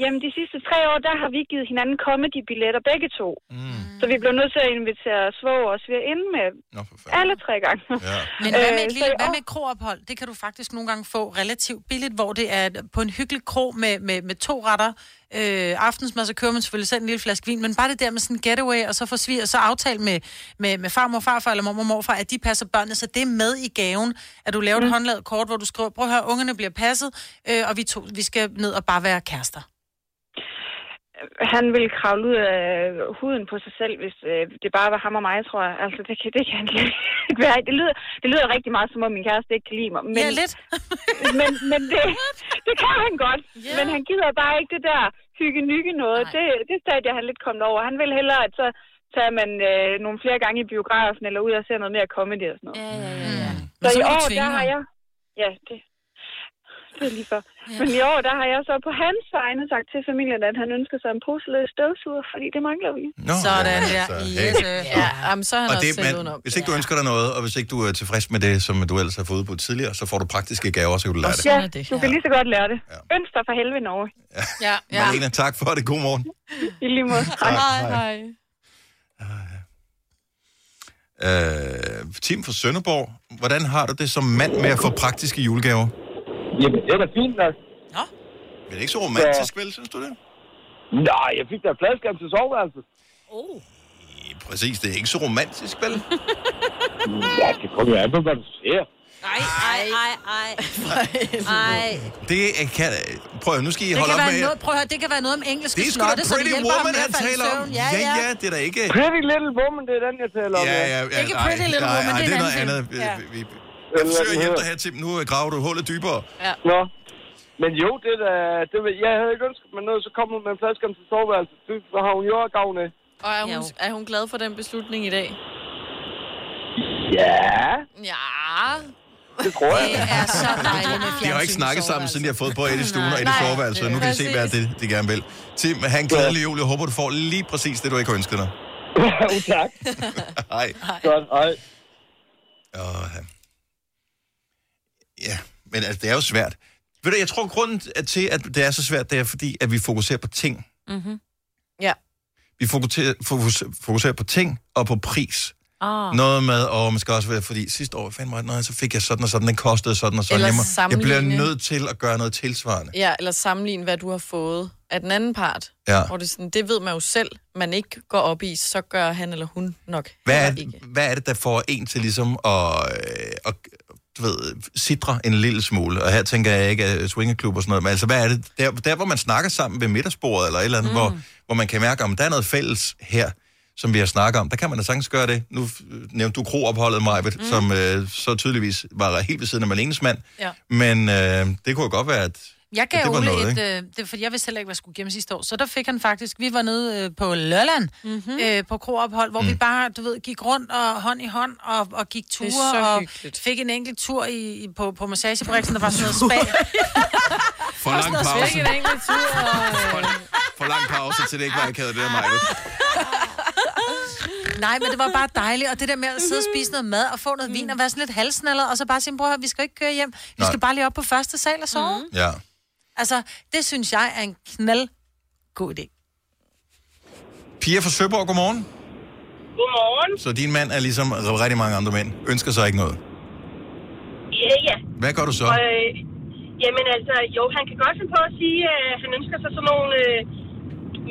O: jamen, de sidste tre år, der har vi givet hinanden comedy-billetter begge to. Mm. Så vi blev nødt til at invitere svoger og sviger ind med
A: Nå,
O: alle tre gange.
A: Ja.
B: Men hvad med
O: Øh,
B: et,
O: så
B: lille,
O: i
B: hvad
O: år-
B: med et kroophold? Det kan du faktisk nogle gange få relativt billigt, hvor det er på en hyggelig kro med, med, med to retter. Øh, aftensmad, så kører man selvfølgelig selv en lille flaske vin, men bare det der med sådan en getaway, og så får svig, og så aftale med, med, med farmor, farfar eller mormor, morfar, at de passer børnene, så det er med i gaven, at du laver mm. et håndlavet kort, hvor du skriver, prøv at høre, ungerne bliver passet, øh, og vi, to, vi skal ned og bare være kærester.
O: han ville kravle ud af huden på sig selv, hvis øh, det bare var ham og mig, tror jeg. Altså, det kan, det kan han ikke være. Det lyder, det lyder rigtig meget, som om min kæreste ikke kan lide mig. Men,
B: Ja, lidt.
O: men men det, det kan han godt. Yeah. Men han gider bare ikke det der hygge-nygge noget. Det, det stadie er han lidt kommet over. Han vil hellere, at så tager man øh, nogle flere gange i biografen, eller ud og ser noget mere comedy og sådan noget. Ja, ja, ja. Så,
K: Men så
O: i
K: kan du
O: år,
K: tvinge
O: der har
K: ham.
O: jeg... Ja, det...
S: det er lige for. Men i år, der har jeg så på hans vegne sagt til familien, at han ønsker sig en poseløs støvsuger, fordi det mangler vi.
A: Nå, Sådan ja, der. så, hey. Yes, øh.
D: Ja, jamen, så er han
A: Og
D: også
A: det,
D: selv
A: man,
D: udenom.
A: hvis ikke du ønsker dig noget, og hvis ikke du er tilfreds med det, som du ellers har fået på tidligere, så får du praktiske gaver, så kan du lære det.
S: Ja, du kan lige så godt lære det. Ønsk dig for helvede Norge.
B: Ja,
A: Ja. Marlene, tak for det. God morgen.
S: I lige måde. Hej.
A: Hej,
S: hej.
A: Øh, Tim fra Sønderborg, hvordan har du det som mand med at få praktiske julegaver?
Q: Jamen, det er da fint nok.
B: Nå.
A: Men det er ikke så romantisk, vel, synes du det?
Q: Nej, jeg fik da et pladskab til soveværelset.
B: Oh.
A: Præcis, det er ikke så romantisk, vel?
Q: Ja, det kommer jo an på, hvad du ser.
C: Ej, ej, ej, ej. Ej.
A: Det er- kan... Prøv at høre, nu skal I
B: Det
A: holde
B: kan,
A: op
B: være
A: med...
B: noget, prøv at høre, det kan være noget om engelske
A: Det er sgu da
B: slotte, så det
A: Pretty
B: hjælper ham
A: Woman,
B: med
A: han
B: at falde i
A: taler om.
B: søvn. Ja, ja.
A: ja, det er da ikke...
Q: Pretty Little Woman, det er den, jeg taler om.
A: Ja, ja, ja.
B: Ikke Pretty Little
A: nej,
B: Woman,
A: nej,
B: det er
A: det
B: en
A: er noget
B: anden
A: andet. Vi,
B: ting. Ja.
A: vi, vi, jeg forsøger at hjælpe dig her, Tim. Nu øh, graver du hullet dybere.
B: Ja.
Q: Nå. Men jo, det er da... Det, ved- jeg havde ikke ønsket mig noget, så kom hun med en fladskærm til soveværelset. Det så har hun jo også gavn af.
D: Og er hun, er hun glad for den beslutning i dag?
Q: Ja.
D: Ja.
Q: Det tror jeg.
D: Det er så dejligt med
A: De har jo ikke
D: fjernsyn i
A: snakket sammen, siden de har fået både et i stuen og et i
D: Nej,
A: soveværelset. og Nu kan de se, hvad det, de gerne vil. Tim, have en glædelig jul. Jeg håber, du får lige præcis det, du ikke har ønsket dig.
Q: jo, tak.
A: Hej.
Q: Godt, hej.
A: Og, øh, ja, men altså, det er jo svært. Ved du, jeg tror, grunden til, at det er så svært, det er fordi, at vi fokuserer på ting.
D: Mm-hmm. Ja.
A: Vi fokuserer, fokus, fokuserer på ting og på pris.
D: Oh.
A: Noget med, og man skal også være, fordi sidste år, fandme, nej, så fik jeg sådan og sådan, den kostede sådan og sådan.
D: Eller
A: jeg, må, jeg bliver
D: sammenligne.
A: nødt til at gøre noget tilsvarende.
D: Ja, eller sammenligne, hvad du har fået af den anden part.
A: Ja.
D: Hvor det, er sådan, det ved man jo selv, man ikke går op i, så gør han eller hun nok.
A: Hvad er, hvad er det, der får en til ligesom at, øh, at du ved, sidre en lille smule? Og her tænker jeg ikke at swingerklub og sådan noget, men altså, hvad er det? Der, der hvor man snakker sammen ved middagsbordet eller et eller andet, mm. hvor, hvor man kan mærke, om der er noget fælles her, som vi har snakket om, der kan man da sagtens gøre det. Nu øh, nævnte du kroopholdet, Majbet, mm. som øh, så tydeligvis var helt ved siden af Malenes mand.
B: Ja.
A: Men øh, det kunne jo godt være, at...
B: Jeg gav
A: at det var
B: Ole
A: noget,
B: et,
A: ikke?
B: øh, det, fordi jeg vidste heller ikke, hvad jeg skulle gemme sidste år, så der fik han faktisk, vi var nede øh, på Lolland,
D: Mhm.
B: mm-hmm. øh, på kroophold, hvor mm. vi bare, du ved, gik rundt og hånd i hånd, og, og gik
D: er
B: ture,
D: så
B: og fik en enkelt tur i, i, på, på massagebriksen, der var sådan noget spa.
A: For
B: Også noget slik, en enkelt tur, og, øh,
A: For lang pause, til det ikke var akavet, det der, Majbet.
B: Nej, men det var bare dejligt, og det der med at sidde og
A: Mhm.
B: spise noget mad, og få noget vin, og være sådan lidt halsnallet, og så bare sige, bror, vi skal jo ikke køre hjem, vi
A: Mm. Nej.
B: skal bare lige op på første sal og sove.
D: Mhm.
B: Mm.
A: Ja.
B: Altså, det synes jeg er en knald god idé.
A: Pia fra Søborg, godmorgen.
S: Godmorgen.
A: Så din mand er ligesom rigtig mange andre mænd. Ønsker sig ikke noget.
S: Ja, ja.
A: Hvad gør du så?
S: Og, øh, jamen altså, jo, han kan godt finde på at sige, øh, at han ønsker sig sådan nogle øh,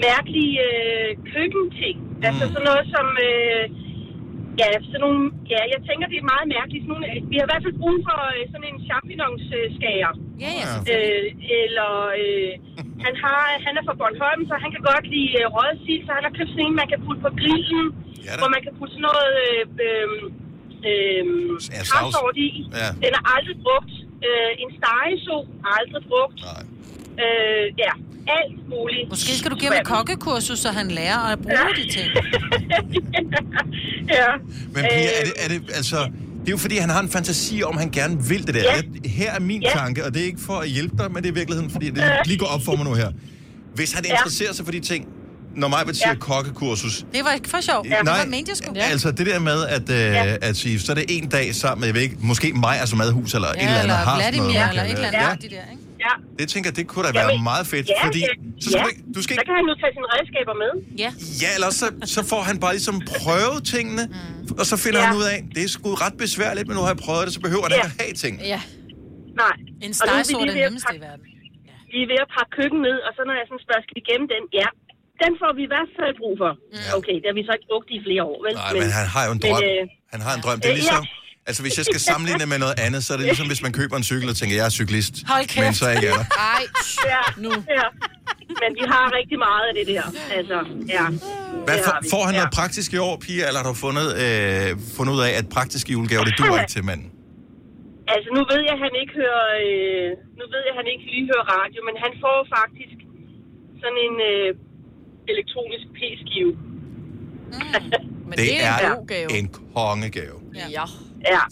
S: mærkelige øh, køkkenting. Mm. Altså sådan noget som... Øh, ja, sådan nogle, ja, jeg tænker, det er meget mærkeligt. Sådan nogle, vi har i hvert fald brug for øh, sådan en champignonsskager.
C: Ja, ja,
S: Øh, eller øh, han, har, han er fra Bornholm, så han kan godt lide øh, røget sild, så han har købt sådan en, man kan putte på grillen,
A: ja,
S: hvor man kan putte sådan noget øh, øh, øh,
A: Ja,
S: ja,
A: sovs.
S: kransort i.
A: Ja.
S: Den er aldrig brugt. Øh, en stegeso er aldrig brugt. Øh, ja, alt muligt.
B: Måske skal du give ham et kokkekursus, så han lærer at bruge de ting.
S: ja.
A: Men Pia,
S: Øh.
A: er det, er det, altså, det er jo fordi, han har en fantasi om, han gerne vil det der.
S: Ja.
A: Jeg, her er min
S: Ja. Øh.
A: tanke, og det er ikke for at hjælpe dig, men det er i virkeligheden, fordi det lige går op for mig nu her. Hvis han
B: Ja.
A: interesserer sig for de ting, når mig vil sige
B: Ja.
A: kokkekursus,
B: Det var ikke for sjov.
A: Ja.
B: Ja. Det
A: Nej.
B: var ment, jeg skulle.
A: Ja. Altså det der med at, øh, ja. at sige, så er det en dag sammen med, jeg ved ikke, måske mig altså madhus eller
B: Ja,
A: et eller andet.
B: eller
A: har sådan
B: Vladimir,
A: noget,
B: eller et eller andet.
A: Ja.
B: Ja. De der, ikke?
S: Ja.
A: Det tænker jeg, det kunne da være
S: Jamen,
A: meget fedt,
S: ja,
A: fordi
S: ja,
A: så skal
S: ja.
A: du ikke, du skal
S: Så
A: ikke
S: kan han jo tage sine redskaber med.
C: Ja.
A: Ja, eller så, så får han bare ligesom prøvet tingene, mm. og så finder ja.
S: Ja.
A: han ud af, det er sgu ret besværligt, men nu har jeg prøvet det, så behøver han ja.
S: Ja.
A: ikke at have ting.
B: Ja.
S: Nej.
B: En
S: Og nu er vi
B: stegsort er
S: lige
B: det
S: ved at
B: nemmeste i verden.
S: vi er ved at pakke køkken ned, og så når jeg sådan spørger, skal vi gemme den? Ja, den får vi i hvert fald brug for.
A: Ja.
S: Okay, det har vi så ikke brugt i flere år, vel?
A: Nej, men han har jo en drøm. Han har en drøm. Det er
S: Øh,
A: ligesom,
S: ja.
A: altså hvis jeg skal sammenligne det med noget andet, så er det ligesom, hvis man køber en cykel og tænker, jeg er cyklist,
S: Hold kæft.
A: men så er jeg ikke er der.
S: Ej, ja, nu. Ja. Men vi har rigtig meget af det der. Altså, ja.
A: Hvad
S: Det
A: for,
S: har vi.
A: får han noget praktisk i år, Pia, eller har du fundet, øh, fundet ud af, at praktiske julegaver, det duer ikke til manden?
S: Altså, nu ved jeg, at han ikke hører... Øh, nu ved jeg, at han ikke lige hører radio, men han får faktisk sådan en øh, elektronisk p-skive.
A: Men det,
S: det er
A: er,
S: en god gave.
A: en kongegave.
S: Ja. ja.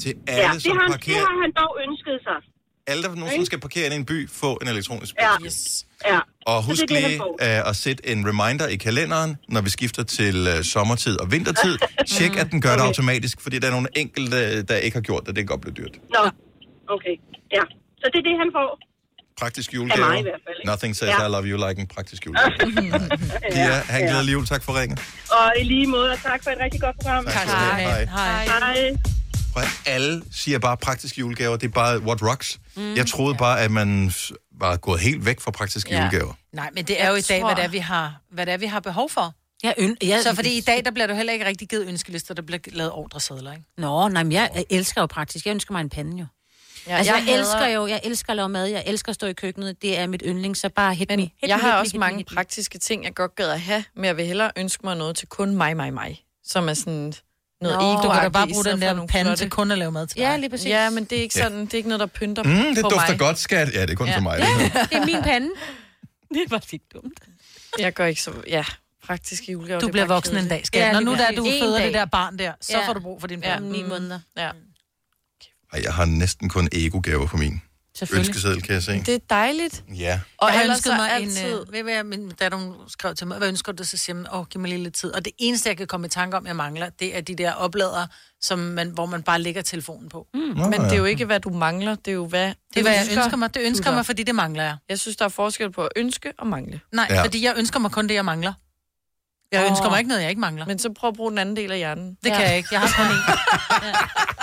A: Til alle,
S: ja. Det,
A: som
S: har, han-
A: parkerer-
S: det har han dog ønsket sig.
A: alle, der nogensinde skal parkere ind i en by, få en elektronisk
O: Ja. ja.
A: Og
O: Så
A: husk
O: det er det, han
A: lige
O: får.
A: øh, at sætte en reminder i kalenderen, når vi skifter til øh, sommertid og vintertid. Tjek, at den gør det automatisk, fordi der er nogle enkelte, der ikke har gjort det. Det kan godt blive dyrt.
O: Nå, okay. Ja. Så det er det, han får.
A: Praktisk
O: Af mig i
A: julegave.
O: hvert fald, ikke?
A: Nothing says
O: Ja.
A: I love you like en praktisk julegave. Pia, have en glædelig jul. Tak for ringen.
O: Og i lige måde, og tak for et rigtig godt program.
A: Tak skal du have. Hej.
O: Hej. Hej.
A: Prøv, at- alle siger bare praktiske julegaver. Det er bare what rocks. Mm, jeg troede bare, at man s- var gået helt væk fra praktiske julegaver.
B: Nej, men det er jo i
C: Jeg
B: dag, hvad
C: tror-
B: det er, vi har, hvad det er, vi har behov for.
C: Jeg øn- jeg-
B: Så fordi i dag, der bliver du heller ikke rigtig givet ønskelister, der bliver lavet ordresedler, ikke?
C: Nå, nej, men jeg, jeg elsker jo praktisk. Jeg ønsker mig en pande jo. Ja, altså, jeg, jeg elsker jo, jeg elsker at lave mad, jeg elsker at stå i køkkenet, det er mit yndling, så bare hit men me. Hit
D: Jeg
C: me,
D: har
C: hit me,
D: også
C: hit me,
D: mange
C: hit me.
D: praktiske ting, jeg godt gad at have, men jeg vil hellere ønske mig noget til kun mig, mig, mig. Som er sådan noget
B: Nå,
D: ego
B: du kan da bare bruge den der pande til kun at lave mad til
D: Ja, lige præcis. Ja, men det er ikke
A: Ja.
D: sådan, det er ikke noget, der pynter
A: Mm, det
D: på
A: dufter
D: mig.
A: godt, skat. Ja, det er kun
D: Ja.
A: for mig.
D: Ja.
A: det her.
C: Det er min pande. Det var lidt dumt.
D: Jeg går ikke så... Ja, praktisk julegave.
B: Du
D: det er
B: bliver
D: bare
B: voksen en
D: kedeligt.
B: dag, skat. Når nu
D: lige
B: der er du
D: præcis. En
B: føder
D: dag.
B: det der barn der, så
D: Ja.
B: får du brug for din
D: Ja,
B: pande.
D: ni måneder. Mm, Ja.
B: Mm.
A: Ej, jeg har næsten kun ego-gaver på min
B: Selvfølgelig.
A: ønskeseddel, kan jeg se.
D: Det Mm, er dejligt.
A: Ja.
B: Og jeg har
D: ellers
B: ønsket
D: så
B: mig altid... en...
D: altid-
B: Øh, ved, hvad, min datter hun skrev til mig, hvad ønsker du, så siger man, åh, giv mig lige lidt tid. Og det eneste, jeg kan komme i tanke om, jeg mangler, det er de der oplader, som man, hvor man bare lægger telefonen på. Mm.
D: Nå, Men det er jo ikke, hvad du mangler, det er jo, hvad...
B: Det er, hvad jeg ønsker mig. Det ønsker mig, fordi det mangler jeg.
D: Jeg synes, der er forskel på at ønske og mangle.
B: Nej, ja. fordi jeg ønsker mig kun det, jeg mangler. Jeg ønsker mig ikke noget, jeg ikke mangler.
D: Men så prøv at bruge den anden del af hjernen.
B: Det kan jeg ikke. Jeg har kun én.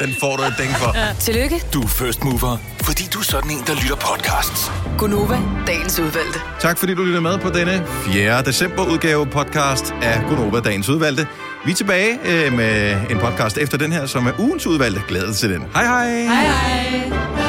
A: Den får du et ding for.
R: Tillykke,
E: Du er first mover, fordi du er sådan en, der lytter podcasts.
R: Gunova, dagens udvalgte.
A: Tak fordi du lytter med på denne 4. december udgave podcast af Gunova Dagens Udvalgte. Vi er tilbage øh, med en podcast efter den her, som er ugens udvalgte. Glæder dig til den. Hej hej!
K: Hej hej.